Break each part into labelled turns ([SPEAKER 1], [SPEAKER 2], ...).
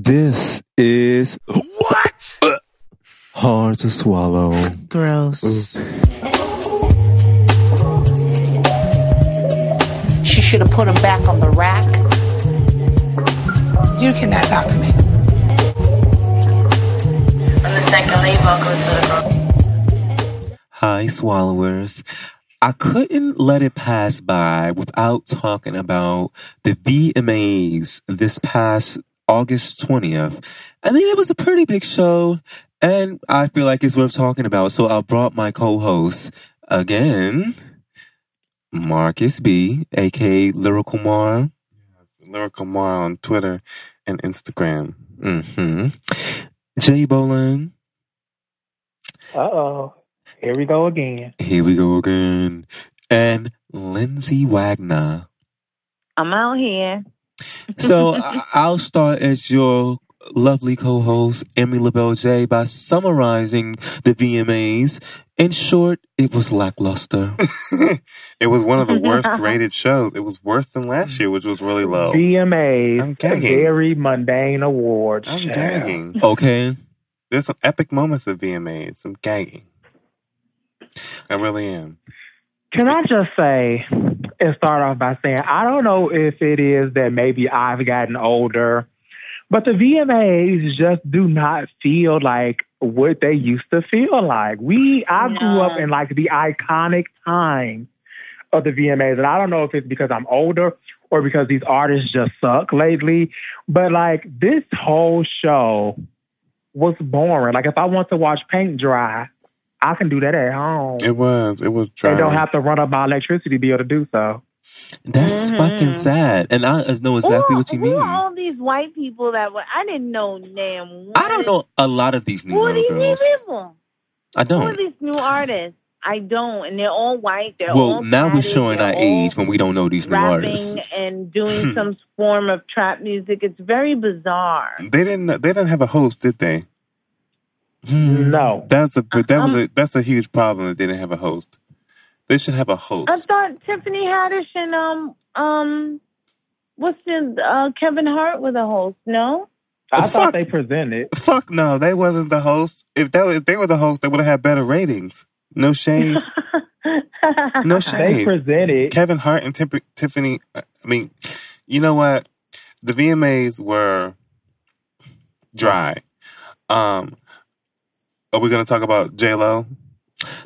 [SPEAKER 1] This is what hard to swallow.
[SPEAKER 2] Gross.
[SPEAKER 3] She should have put him back on the rack. You cannot talk to me.
[SPEAKER 4] the second lane goes to the girl.
[SPEAKER 5] Hi, swallowers. I couldn't let it pass by without talking about the VMAs this past August 20th. I mean, it was a pretty big show, and I feel like it's worth talking about. So I brought my co host again, Marcus B, aka Lyrical Mar. Lyrical Mar on Twitter and Instagram. hmm Jay Bolin.
[SPEAKER 6] Uh oh. Here we go again.
[SPEAKER 5] Here we go again. And Lindsay Wagner.
[SPEAKER 4] I'm out here.
[SPEAKER 5] So I- I'll start as your lovely co host, Emily LaBelle J, by summarizing the VMAs. In short, it was lackluster.
[SPEAKER 7] it was one of the worst rated shows. It was worse than last year, which was really low.
[SPEAKER 6] VMAs.
[SPEAKER 7] I'm gagging.
[SPEAKER 6] Very mundane awards.
[SPEAKER 7] I'm
[SPEAKER 6] child.
[SPEAKER 7] gagging.
[SPEAKER 5] Okay.
[SPEAKER 7] There's some epic moments of VMAs. I'm gagging. I really am.
[SPEAKER 6] Can I just say and start off by saying I don't know if it is that maybe I've gotten older, but the VMAs just do not feel like what they used to feel like. We I grew up
[SPEAKER 4] Yeah.
[SPEAKER 6] in like the iconic time of the VMAs, and I don't know if it's because I'm older or because these artists just suck lately, but like this whole show was boring. Like if I want to watch paint dry, I can do that at home.
[SPEAKER 7] It was. It was dry.
[SPEAKER 6] They don't have to run up my electricity bill to do so.
[SPEAKER 5] That's
[SPEAKER 4] Mhm.
[SPEAKER 5] fucking sad. And I know exactly
[SPEAKER 4] Who-
[SPEAKER 5] what you
[SPEAKER 4] who
[SPEAKER 5] mean.
[SPEAKER 4] are all these white people that were? I didn't know damn.
[SPEAKER 5] I don't know a lot of these new
[SPEAKER 4] Who are
[SPEAKER 5] York
[SPEAKER 4] these new
[SPEAKER 5] girls.
[SPEAKER 4] people? Who
[SPEAKER 5] I
[SPEAKER 4] are
[SPEAKER 5] don't.
[SPEAKER 4] these new artists? I don't, and they're all white. They're
[SPEAKER 5] Well,
[SPEAKER 4] all
[SPEAKER 5] now we're
[SPEAKER 4] tatted,
[SPEAKER 5] showing
[SPEAKER 4] they're
[SPEAKER 5] our
[SPEAKER 4] all
[SPEAKER 5] age when we don't know these new artists.
[SPEAKER 4] Rapping and doing some form of trap music. It's very bizarre.
[SPEAKER 7] They didn't. They didn't have a host, did they? Mm-hmm.
[SPEAKER 5] Hmm.
[SPEAKER 6] No.
[SPEAKER 7] That's a. That
[SPEAKER 4] Um,
[SPEAKER 7] was a. That's a huge problem. That they didn't have a host. They should have a host.
[SPEAKER 4] I thought Tiffany Haddish and um um, what's the uh, Kevin Hart with a host? No,
[SPEAKER 7] The
[SPEAKER 6] I
[SPEAKER 7] fuck?
[SPEAKER 6] thought they presented.
[SPEAKER 7] Fuck no, they wasn't the host. If that was, if they were the host, they would have had better ratings. No shade. No
[SPEAKER 6] They
[SPEAKER 7] shade.
[SPEAKER 6] presented.
[SPEAKER 7] Kevin Hart and Tip- Tiffany. uh, I mean, you know what? The VMAs were dry. Um, are we gonna talk about J Lo?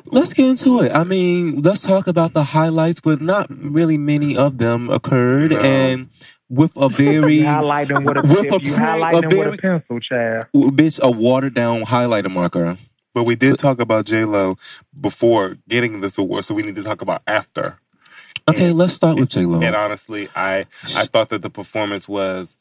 [SPEAKER 5] Let's get into it. I mean, let's talk about the highlights, but not really many of them occurred,
[SPEAKER 7] No.
[SPEAKER 5] and with a very
[SPEAKER 6] You highlight them with a,
[SPEAKER 5] With
[SPEAKER 6] if
[SPEAKER 5] a
[SPEAKER 6] you
[SPEAKER 5] print,
[SPEAKER 6] highlight
[SPEAKER 5] a
[SPEAKER 6] them with
[SPEAKER 5] very-
[SPEAKER 6] a pencil, child.
[SPEAKER 5] bitch a watered down highlighter marker.
[SPEAKER 7] But we did talk about J Lo before getting this award, so we need to talk about after.
[SPEAKER 5] Okay,
[SPEAKER 7] And-
[SPEAKER 5] let's start with J Lo.
[SPEAKER 7] And uh, honestly, I I thought that the performance was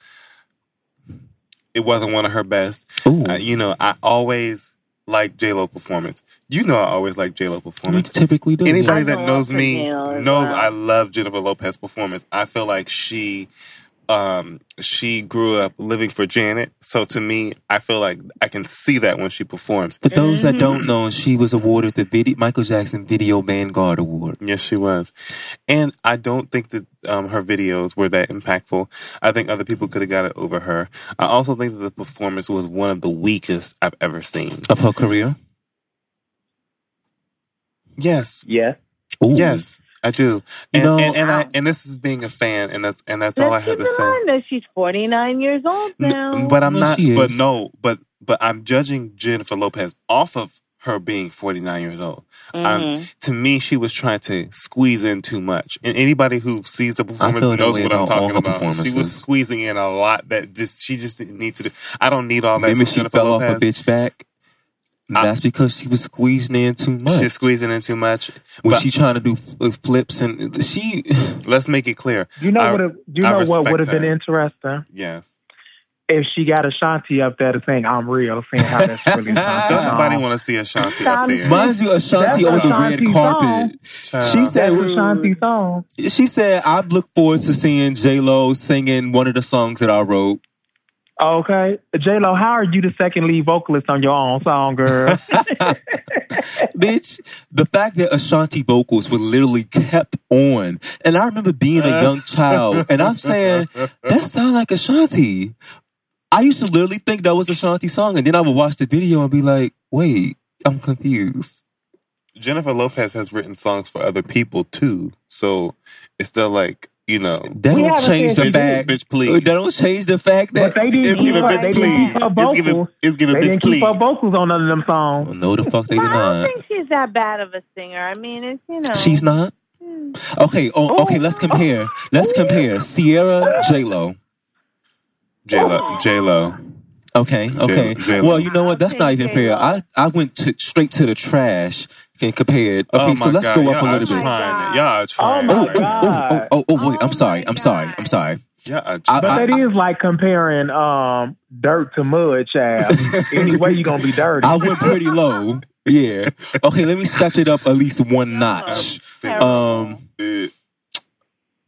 [SPEAKER 7] it wasn't one of her best.
[SPEAKER 5] Ooh,
[SPEAKER 7] Uh, you know, I always like J Lo performance. You know, I always like J Lo
[SPEAKER 5] we
[SPEAKER 7] performance.
[SPEAKER 5] typically do.
[SPEAKER 7] Anybody
[SPEAKER 5] yeah.
[SPEAKER 4] I
[SPEAKER 7] that
[SPEAKER 4] know
[SPEAKER 7] knows
[SPEAKER 4] her
[SPEAKER 7] me
[SPEAKER 4] now as
[SPEAKER 7] knows
[SPEAKER 4] well.
[SPEAKER 7] I love Jennifer Lopez performance. I feel like she, um, she grew up living for Janet. So to me, I feel like I can see that when she performs.
[SPEAKER 5] For those that
[SPEAKER 7] Mm.
[SPEAKER 5] don't know, she was awarded the video, Michael Jackson Video Vanguard Award.
[SPEAKER 7] Yes, she was. And I don't think that um, her videos were that impactful. I think other people could have got it over her. I also think that the performance was one of the weakest I've ever seen.
[SPEAKER 5] Of her career?
[SPEAKER 7] Yes,
[SPEAKER 6] Yes.
[SPEAKER 5] Ooh.
[SPEAKER 7] yes, I do.
[SPEAKER 5] You
[SPEAKER 7] And,
[SPEAKER 5] know-
[SPEAKER 7] and, and, I, and this is being a fan, and that's and that's all I
[SPEAKER 4] Let's
[SPEAKER 7] have
[SPEAKER 4] keep
[SPEAKER 7] to say.
[SPEAKER 4] in mind that she's forty nine years old
[SPEAKER 7] N-
[SPEAKER 4] now.
[SPEAKER 7] Um, but I'm
[SPEAKER 5] No,
[SPEAKER 7] not.
[SPEAKER 5] she
[SPEAKER 7] But
[SPEAKER 5] is.
[SPEAKER 7] no. But but I'm judging Jennifer Lopez off of her being 49 years old.
[SPEAKER 4] Mm. Mm-hmm.
[SPEAKER 7] I'm, to me, she was trying to squeeze in too much. And anybody who sees the performance
[SPEAKER 5] feel that
[SPEAKER 7] knows
[SPEAKER 5] way
[SPEAKER 7] what I'm
[SPEAKER 5] about all
[SPEAKER 7] talking
[SPEAKER 5] her
[SPEAKER 7] about. She was
[SPEAKER 5] performances.
[SPEAKER 7] squeezing in a lot that just she just didn't need to do. I don't need all that.
[SPEAKER 5] Maybe
[SPEAKER 7] from
[SPEAKER 5] she
[SPEAKER 7] Jennifer
[SPEAKER 5] fell
[SPEAKER 7] Lopez.
[SPEAKER 5] off a bitch back.
[SPEAKER 7] I-
[SPEAKER 5] That's because she was squeezing in too much.
[SPEAKER 7] She's squeezing in too much.
[SPEAKER 5] when
[SPEAKER 7] but-
[SPEAKER 5] she trying to do f- uh, flips and she,
[SPEAKER 7] Let's make it clear.
[SPEAKER 6] You know
[SPEAKER 7] I-
[SPEAKER 6] what? You
[SPEAKER 7] I
[SPEAKER 6] know
[SPEAKER 7] respect
[SPEAKER 6] what would have been
[SPEAKER 7] her.
[SPEAKER 6] interesting
[SPEAKER 7] Yes.
[SPEAKER 6] if she got Ashanti up there to sing "I'm Real," seeing how that's really.
[SPEAKER 5] Don't
[SPEAKER 7] Don't nobody
[SPEAKER 6] want.
[SPEAKER 7] want to see Ashanti up
[SPEAKER 4] Stop.
[SPEAKER 7] there.
[SPEAKER 5] mind you,
[SPEAKER 7] That's
[SPEAKER 5] Ashanti on the red
[SPEAKER 6] Ashanti's
[SPEAKER 5] carpet.
[SPEAKER 7] Child.
[SPEAKER 5] She said,
[SPEAKER 6] That's Ashanti's song.
[SPEAKER 5] She said, I look forward to seeing J Lo singing one of the songs that I wrote.
[SPEAKER 6] Okay, J Lo, how are you the second lead vocalist on your own song, girl?
[SPEAKER 5] Bitch, the fact that Ashanti vocals were literally kept on. And I remember being a young child and I'm saying, that sound like Ashanti. I used to literally think that was a Shanti song, and then I would watch the video and be like, wait, I'm confused.
[SPEAKER 7] Jennifer Lopez has written songs for other people too, so it's still like you know.
[SPEAKER 5] That
[SPEAKER 4] We
[SPEAKER 5] don't
[SPEAKER 4] haven't
[SPEAKER 5] change the
[SPEAKER 4] seen-
[SPEAKER 7] Bitch,
[SPEAKER 5] fact.
[SPEAKER 7] bitch, please.
[SPEAKER 5] That don't change the fact
[SPEAKER 6] But
[SPEAKER 5] that.
[SPEAKER 6] they didn't
[SPEAKER 7] It's
[SPEAKER 6] keep
[SPEAKER 7] giving
[SPEAKER 6] her,
[SPEAKER 7] bitch
[SPEAKER 6] they
[SPEAKER 7] please.
[SPEAKER 6] didn't keep her
[SPEAKER 7] It's
[SPEAKER 6] vocals.
[SPEAKER 7] giving it's giving
[SPEAKER 6] they
[SPEAKER 7] bitch
[SPEAKER 6] didn't keep her
[SPEAKER 7] please.
[SPEAKER 6] vocals on none of them songs.
[SPEAKER 5] no, the fuck they
[SPEAKER 4] Well,
[SPEAKER 5] did
[SPEAKER 4] I don't
[SPEAKER 5] not.
[SPEAKER 4] think she's that bad of a singer. I mean, it's you know.
[SPEAKER 5] She's not. Okay. Oh, okay. Let's compare. Let's compare. Sierra J Lo.
[SPEAKER 7] J Lo, J Lo.
[SPEAKER 5] Okay. Okay.
[SPEAKER 7] J-Lo.
[SPEAKER 5] Well, you know what? That's not even fair. I I went to, straight to the trash and compared. Okay.
[SPEAKER 7] oh my
[SPEAKER 5] so let's
[SPEAKER 7] God,
[SPEAKER 5] go up
[SPEAKER 7] y'all
[SPEAKER 5] a
[SPEAKER 7] are
[SPEAKER 5] little bit.
[SPEAKER 7] Trying. Y'all are
[SPEAKER 6] Oh
[SPEAKER 7] trying.
[SPEAKER 6] my
[SPEAKER 7] right now.
[SPEAKER 5] Oh, oh,
[SPEAKER 6] god!
[SPEAKER 5] oh, oh, wait.
[SPEAKER 4] Oh
[SPEAKER 5] I'm sorry.
[SPEAKER 4] my
[SPEAKER 5] I'm sorry. I'm
[SPEAKER 4] God.
[SPEAKER 5] sorry.
[SPEAKER 7] Y'all are
[SPEAKER 5] I-
[SPEAKER 6] But
[SPEAKER 5] I-
[SPEAKER 7] trying.
[SPEAKER 6] that is like comparing um, dirt to mud, child. anyway, you're gonna be dirty.
[SPEAKER 5] I went pretty low. Yeah. Okay. Let me step it up at least one notch.
[SPEAKER 7] Terrible.
[SPEAKER 5] Um.
[SPEAKER 7] Uh,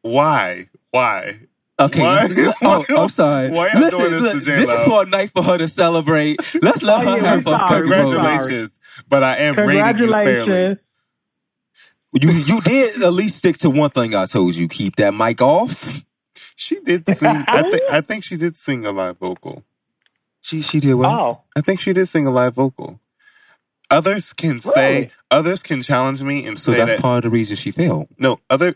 [SPEAKER 7] why? Why?
[SPEAKER 5] Okay.
[SPEAKER 7] Why-
[SPEAKER 5] let- oh, I'm sorry.
[SPEAKER 7] Why y'all
[SPEAKER 5] Listen,
[SPEAKER 7] doing this to
[SPEAKER 5] look,
[SPEAKER 7] J-Lo?
[SPEAKER 5] this is for a night for her to celebrate. Let's let
[SPEAKER 6] Oh,
[SPEAKER 5] her
[SPEAKER 6] yeah,
[SPEAKER 5] have
[SPEAKER 6] we
[SPEAKER 5] a
[SPEAKER 6] sorry.
[SPEAKER 5] congratulations.
[SPEAKER 7] Congratulations, but I am rating you fairly.
[SPEAKER 6] Congratulations.
[SPEAKER 5] You you did at least stick to one thing I told you. Keep that mic off.
[SPEAKER 7] She did sing. I think. I think she did sing a live vocal.
[SPEAKER 5] She she did what?
[SPEAKER 6] Oh,
[SPEAKER 7] I think she did sing a live vocal. Others can say.
[SPEAKER 6] Really?
[SPEAKER 7] Others can challenge me and
[SPEAKER 5] so
[SPEAKER 7] say
[SPEAKER 5] that's
[SPEAKER 7] that.
[SPEAKER 5] part of the reason she failed.
[SPEAKER 7] no, other.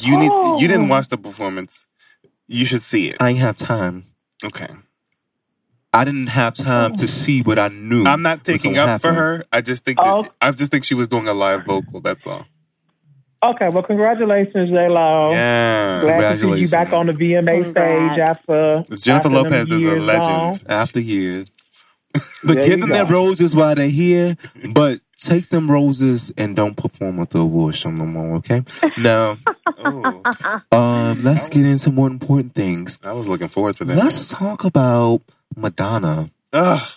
[SPEAKER 7] You need. You didn't
[SPEAKER 6] Oh.
[SPEAKER 7] watch the performance. You should see it.
[SPEAKER 5] I ain't have time.
[SPEAKER 7] Okay.
[SPEAKER 5] Mm. I didn't have time to see what I knew.
[SPEAKER 7] I'm not
[SPEAKER 5] was
[SPEAKER 7] taking
[SPEAKER 5] gonna
[SPEAKER 7] up for
[SPEAKER 5] happen.
[SPEAKER 7] her. I just think. That,
[SPEAKER 6] Oh.
[SPEAKER 7] I just think she was doing a live vocal. That's all.
[SPEAKER 6] okay. Well, congratulations, J Lo.
[SPEAKER 7] Yeah.
[SPEAKER 6] Oh. Glad to see you
[SPEAKER 5] Congratulations.
[SPEAKER 6] back on the VMA
[SPEAKER 4] Congrats.
[SPEAKER 6] stage after
[SPEAKER 7] Jennifer
[SPEAKER 6] after them
[SPEAKER 7] Lopez is a
[SPEAKER 6] years
[SPEAKER 7] legend.
[SPEAKER 6] gone.
[SPEAKER 5] after years. But
[SPEAKER 6] There
[SPEAKER 5] give
[SPEAKER 6] you
[SPEAKER 5] them their
[SPEAKER 6] go.
[SPEAKER 5] roses while they're here. But take them roses and don't perform at the award show no more. Okay. Now,
[SPEAKER 7] Oh,
[SPEAKER 5] um, let's get into more important things.
[SPEAKER 7] I was looking forward to that.
[SPEAKER 5] Let's talk about Madonna
[SPEAKER 7] Ugh.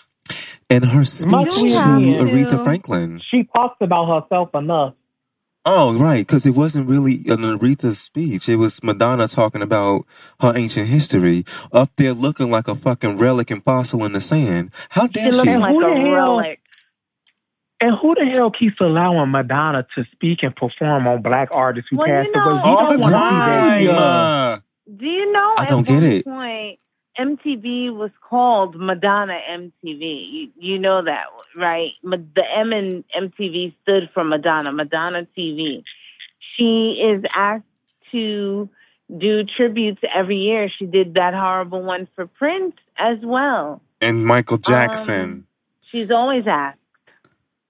[SPEAKER 5] and her speech
[SPEAKER 6] Madonna.
[SPEAKER 5] to Aretha Franklin.
[SPEAKER 6] She talks about herself enough.
[SPEAKER 5] Oh, right, because it wasn't really an Aretha speech. It was Madonna talking about her ancient history up there looking like a fucking relic and fossil in the sand. How
[SPEAKER 4] She
[SPEAKER 5] dare she?
[SPEAKER 4] looking
[SPEAKER 6] And
[SPEAKER 4] like
[SPEAKER 6] who the
[SPEAKER 4] a
[SPEAKER 6] hell-
[SPEAKER 4] relic.
[SPEAKER 6] And who the hell keeps allowing Madonna to speak and perform on black artists who
[SPEAKER 4] Well,
[SPEAKER 6] passed
[SPEAKER 4] you know-
[SPEAKER 6] away? We
[SPEAKER 7] all
[SPEAKER 6] don't
[SPEAKER 7] the
[SPEAKER 6] want to
[SPEAKER 7] time.
[SPEAKER 6] see that.
[SPEAKER 7] uh,
[SPEAKER 4] Do you know?
[SPEAKER 5] I
[SPEAKER 4] at
[SPEAKER 5] don't get
[SPEAKER 4] one
[SPEAKER 5] it.
[SPEAKER 4] Point, MTV was called Madonna MTV. You, you know that, right? Ma- The M in MTV stood for Madonna, Madonna TV. She is asked to do tributes every year. She did that horrible one for Prince as well.
[SPEAKER 7] and Michael Jackson.
[SPEAKER 4] Um, She's always asked,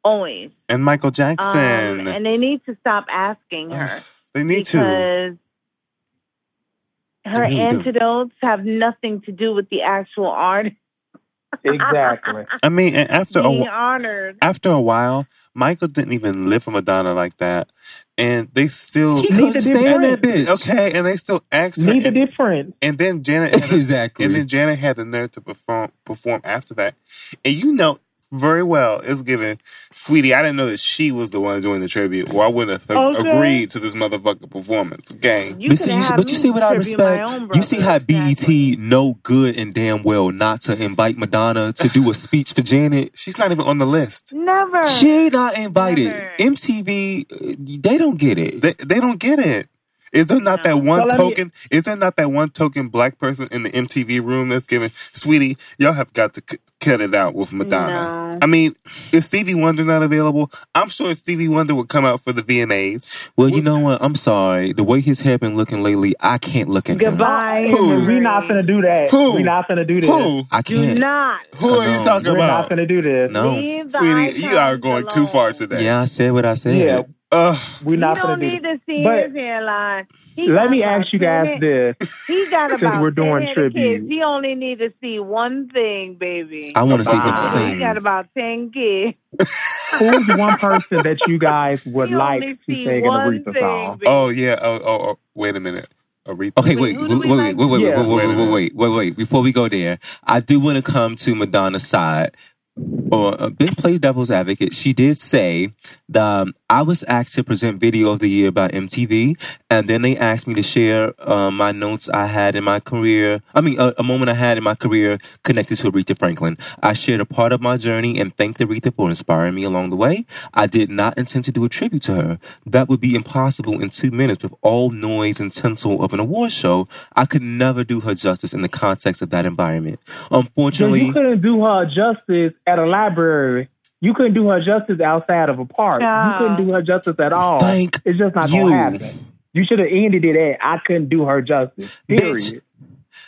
[SPEAKER 4] always.
[SPEAKER 7] and Michael
[SPEAKER 4] Um,
[SPEAKER 7] Jackson.
[SPEAKER 4] and they need to stop asking her.
[SPEAKER 7] they need to.
[SPEAKER 4] because her
[SPEAKER 5] They really do.
[SPEAKER 4] antidotes have nothing to do with the actual artist
[SPEAKER 6] Exactly.
[SPEAKER 7] I mean, and after a
[SPEAKER 4] being
[SPEAKER 7] wh-
[SPEAKER 4] honored.
[SPEAKER 7] after a while, Michael didn't even live for Madonna like that, and they still
[SPEAKER 5] He couldn't
[SPEAKER 6] Neither did
[SPEAKER 5] stand that bitch.
[SPEAKER 7] okay, and they still asked her.
[SPEAKER 6] Neither
[SPEAKER 7] And,
[SPEAKER 6] did Prince.
[SPEAKER 7] and then Janet, had the-
[SPEAKER 5] exactly.
[SPEAKER 7] and then Janet had the nerve to perform perform after that, and you know very well it's given, sweetie. I didn't know that she was the one doing the tribute, or I wouldn't have
[SPEAKER 4] Okay.
[SPEAKER 7] agreed to this motherfucking performance. Okay,
[SPEAKER 4] You
[SPEAKER 5] Listen,
[SPEAKER 4] could
[SPEAKER 5] you see-
[SPEAKER 4] have
[SPEAKER 5] but you
[SPEAKER 4] me
[SPEAKER 5] see what I
[SPEAKER 4] tribute my
[SPEAKER 5] respect.
[SPEAKER 4] own
[SPEAKER 5] You
[SPEAKER 4] brother.
[SPEAKER 5] see how E
[SPEAKER 4] Exactly.
[SPEAKER 5] BET no good and damn well not to invite Madonna to do a speech for Janet.
[SPEAKER 7] she's not even on the list.
[SPEAKER 4] Never.
[SPEAKER 5] She not invited.
[SPEAKER 4] Never.
[SPEAKER 5] MTV, uh, they don't get it.
[SPEAKER 7] They they don't get it. Is there not that
[SPEAKER 6] Well,
[SPEAKER 7] one
[SPEAKER 6] let me-
[SPEAKER 7] token? is there not that one token black person in the MTV room that's giving, sweetie? Y'all have got to c- cut it out with Madonna.
[SPEAKER 4] No.
[SPEAKER 7] I mean, is Stevie Wonder not available? I'm sure Stevie Wonder would come out for the VMAs.
[SPEAKER 5] well, you know what? I'm sorry. The way his hair been looking lately, I can't look at him.
[SPEAKER 4] Goodbye.
[SPEAKER 7] Who?
[SPEAKER 4] memory.
[SPEAKER 6] We not gonna do that.
[SPEAKER 7] Who?
[SPEAKER 6] We not gonna do this.
[SPEAKER 7] Who?
[SPEAKER 5] I
[SPEAKER 4] Do
[SPEAKER 5] can't.
[SPEAKER 4] not.
[SPEAKER 7] Who are
[SPEAKER 5] No.
[SPEAKER 7] you talking
[SPEAKER 6] We're not
[SPEAKER 7] about,
[SPEAKER 6] gonna do this.
[SPEAKER 5] No.
[SPEAKER 4] Leave the
[SPEAKER 7] sweetie? You are
[SPEAKER 4] icons
[SPEAKER 7] going too far
[SPEAKER 4] alone.
[SPEAKER 7] today.
[SPEAKER 5] Yeah, I said what I said.
[SPEAKER 6] Yeah,
[SPEAKER 7] Ugh.
[SPEAKER 6] we're
[SPEAKER 4] You
[SPEAKER 6] not gonna
[SPEAKER 4] don't
[SPEAKER 6] do
[SPEAKER 4] need
[SPEAKER 6] this.
[SPEAKER 4] to see
[SPEAKER 6] But-
[SPEAKER 4] his hairline. He
[SPEAKER 6] Let
[SPEAKER 4] got
[SPEAKER 6] me
[SPEAKER 4] about
[SPEAKER 6] ask you guys
[SPEAKER 4] 10
[SPEAKER 6] this.
[SPEAKER 4] He got
[SPEAKER 6] since
[SPEAKER 4] about
[SPEAKER 6] we're doing
[SPEAKER 4] 10 kids.
[SPEAKER 6] tribute.
[SPEAKER 4] He only need to see one thing, baby.
[SPEAKER 5] I want to see him
[SPEAKER 7] Wow.
[SPEAKER 4] He
[SPEAKER 5] sing.
[SPEAKER 4] got about ten kids.
[SPEAKER 6] Who's one person that you guys would
[SPEAKER 4] He
[SPEAKER 6] like
[SPEAKER 4] only
[SPEAKER 6] to
[SPEAKER 4] see
[SPEAKER 6] sing an
[SPEAKER 4] one
[SPEAKER 6] Aretha
[SPEAKER 4] thing,
[SPEAKER 6] song?
[SPEAKER 4] baby.
[SPEAKER 7] Oh yeah. Oh, oh, oh. wait a minute. Aretha.
[SPEAKER 5] Okay,
[SPEAKER 4] Wait,
[SPEAKER 5] wait,
[SPEAKER 4] who do
[SPEAKER 5] wait,
[SPEAKER 4] we like?
[SPEAKER 5] wait, wait, wait, wait,
[SPEAKER 6] Yeah.
[SPEAKER 5] wait, wait, wait, wait, wait, wait, wait. Before we go there, I do want to come to Madonna's side. or uh, then play devil's advocate. She did say that um, I was asked to present video of the year by MTV, and then they asked me to share uh, my notes I had in my career. I mean, a, a moment I had in my career connected to Aretha Franklin. I shared a part of my journey and thanked Aretha for inspiring me along the way. I did not intend to do a tribute to her. That would be impossible in two minutes with all noise and tinsel of an award show. I could never do her justice in the context of that environment.
[SPEAKER 6] Because
[SPEAKER 5] Unfortunately,
[SPEAKER 6] you couldn't do her justice at a library. You couldn't do her justice outside of a park.
[SPEAKER 4] No.
[SPEAKER 6] You couldn't do her justice at all.
[SPEAKER 5] Thank
[SPEAKER 6] it's just not
[SPEAKER 5] you.
[SPEAKER 6] gonna happen. You should have ended it at I couldn't do her justice. Period.
[SPEAKER 5] Bitch.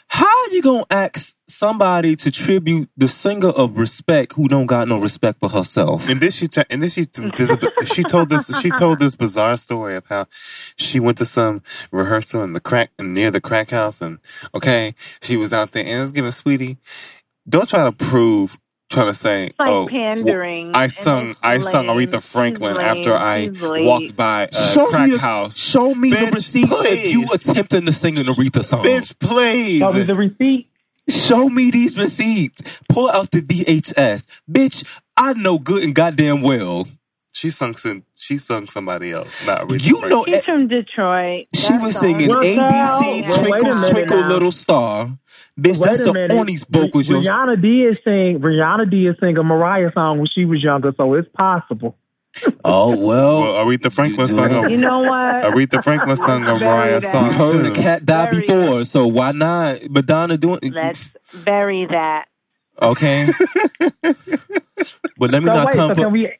[SPEAKER 5] How you gonna ask somebody to tribute the singer of respect who don't got no respect for herself?
[SPEAKER 7] And then she t- and then she
[SPEAKER 4] Mm.
[SPEAKER 7] t- did a- she told this she told this bizarre story of how she went to some rehearsal in the crack near the crack house and okay she was out there and it was giving sweetie don't try to prove try to say
[SPEAKER 4] It's like
[SPEAKER 7] oh
[SPEAKER 4] pandering.
[SPEAKER 7] I
[SPEAKER 4] and
[SPEAKER 7] sung
[SPEAKER 4] it's
[SPEAKER 7] I sung
[SPEAKER 4] lame.
[SPEAKER 7] Aretha Franklin
[SPEAKER 4] She's lame.
[SPEAKER 7] after I
[SPEAKER 4] She's lame.
[SPEAKER 7] walked by a crack
[SPEAKER 5] me, the-
[SPEAKER 7] house
[SPEAKER 5] show me the
[SPEAKER 7] Bitch,
[SPEAKER 5] receipts if you
[SPEAKER 7] please.
[SPEAKER 5] attempting to sing an Aretha song.
[SPEAKER 7] bitch please
[SPEAKER 6] That was the receipt.
[SPEAKER 5] Show me these receipts. Pull out the VHS, bitch. I know good and goddamn well.
[SPEAKER 7] she sung some, she sung somebody else not Aretha
[SPEAKER 5] You
[SPEAKER 7] Franklin.
[SPEAKER 5] know
[SPEAKER 4] She's from Detroit.
[SPEAKER 5] she
[SPEAKER 4] That's
[SPEAKER 5] was
[SPEAKER 4] all.
[SPEAKER 5] singing
[SPEAKER 6] Well,
[SPEAKER 5] ABC
[SPEAKER 4] now- well, wait a
[SPEAKER 5] Twinkle
[SPEAKER 4] minute
[SPEAKER 5] Twinkle
[SPEAKER 4] now.
[SPEAKER 5] Little Star. Bitch,
[SPEAKER 6] Wait
[SPEAKER 5] that's
[SPEAKER 6] a
[SPEAKER 5] the
[SPEAKER 6] minute.
[SPEAKER 5] only's vocals.
[SPEAKER 6] Rih-
[SPEAKER 5] Your
[SPEAKER 6] Rihanna did sing. Rihanna did sing a Mariah song when she was younger, so it's possible.
[SPEAKER 5] oh well.
[SPEAKER 7] well, Aretha Franklin
[SPEAKER 5] do
[SPEAKER 7] sung
[SPEAKER 5] it.
[SPEAKER 7] a,
[SPEAKER 4] You know what?
[SPEAKER 7] Aretha Franklin sung a
[SPEAKER 4] Let's
[SPEAKER 7] Mariah
[SPEAKER 4] bury that.
[SPEAKER 7] song
[SPEAKER 5] You heard
[SPEAKER 7] too.
[SPEAKER 5] a cat die
[SPEAKER 4] Very-
[SPEAKER 5] before, so why not Madonna doing?
[SPEAKER 4] Let's bury that.
[SPEAKER 5] Okay. but let me
[SPEAKER 6] So
[SPEAKER 5] not
[SPEAKER 6] wait,
[SPEAKER 5] come.
[SPEAKER 6] so
[SPEAKER 5] for-
[SPEAKER 6] can we?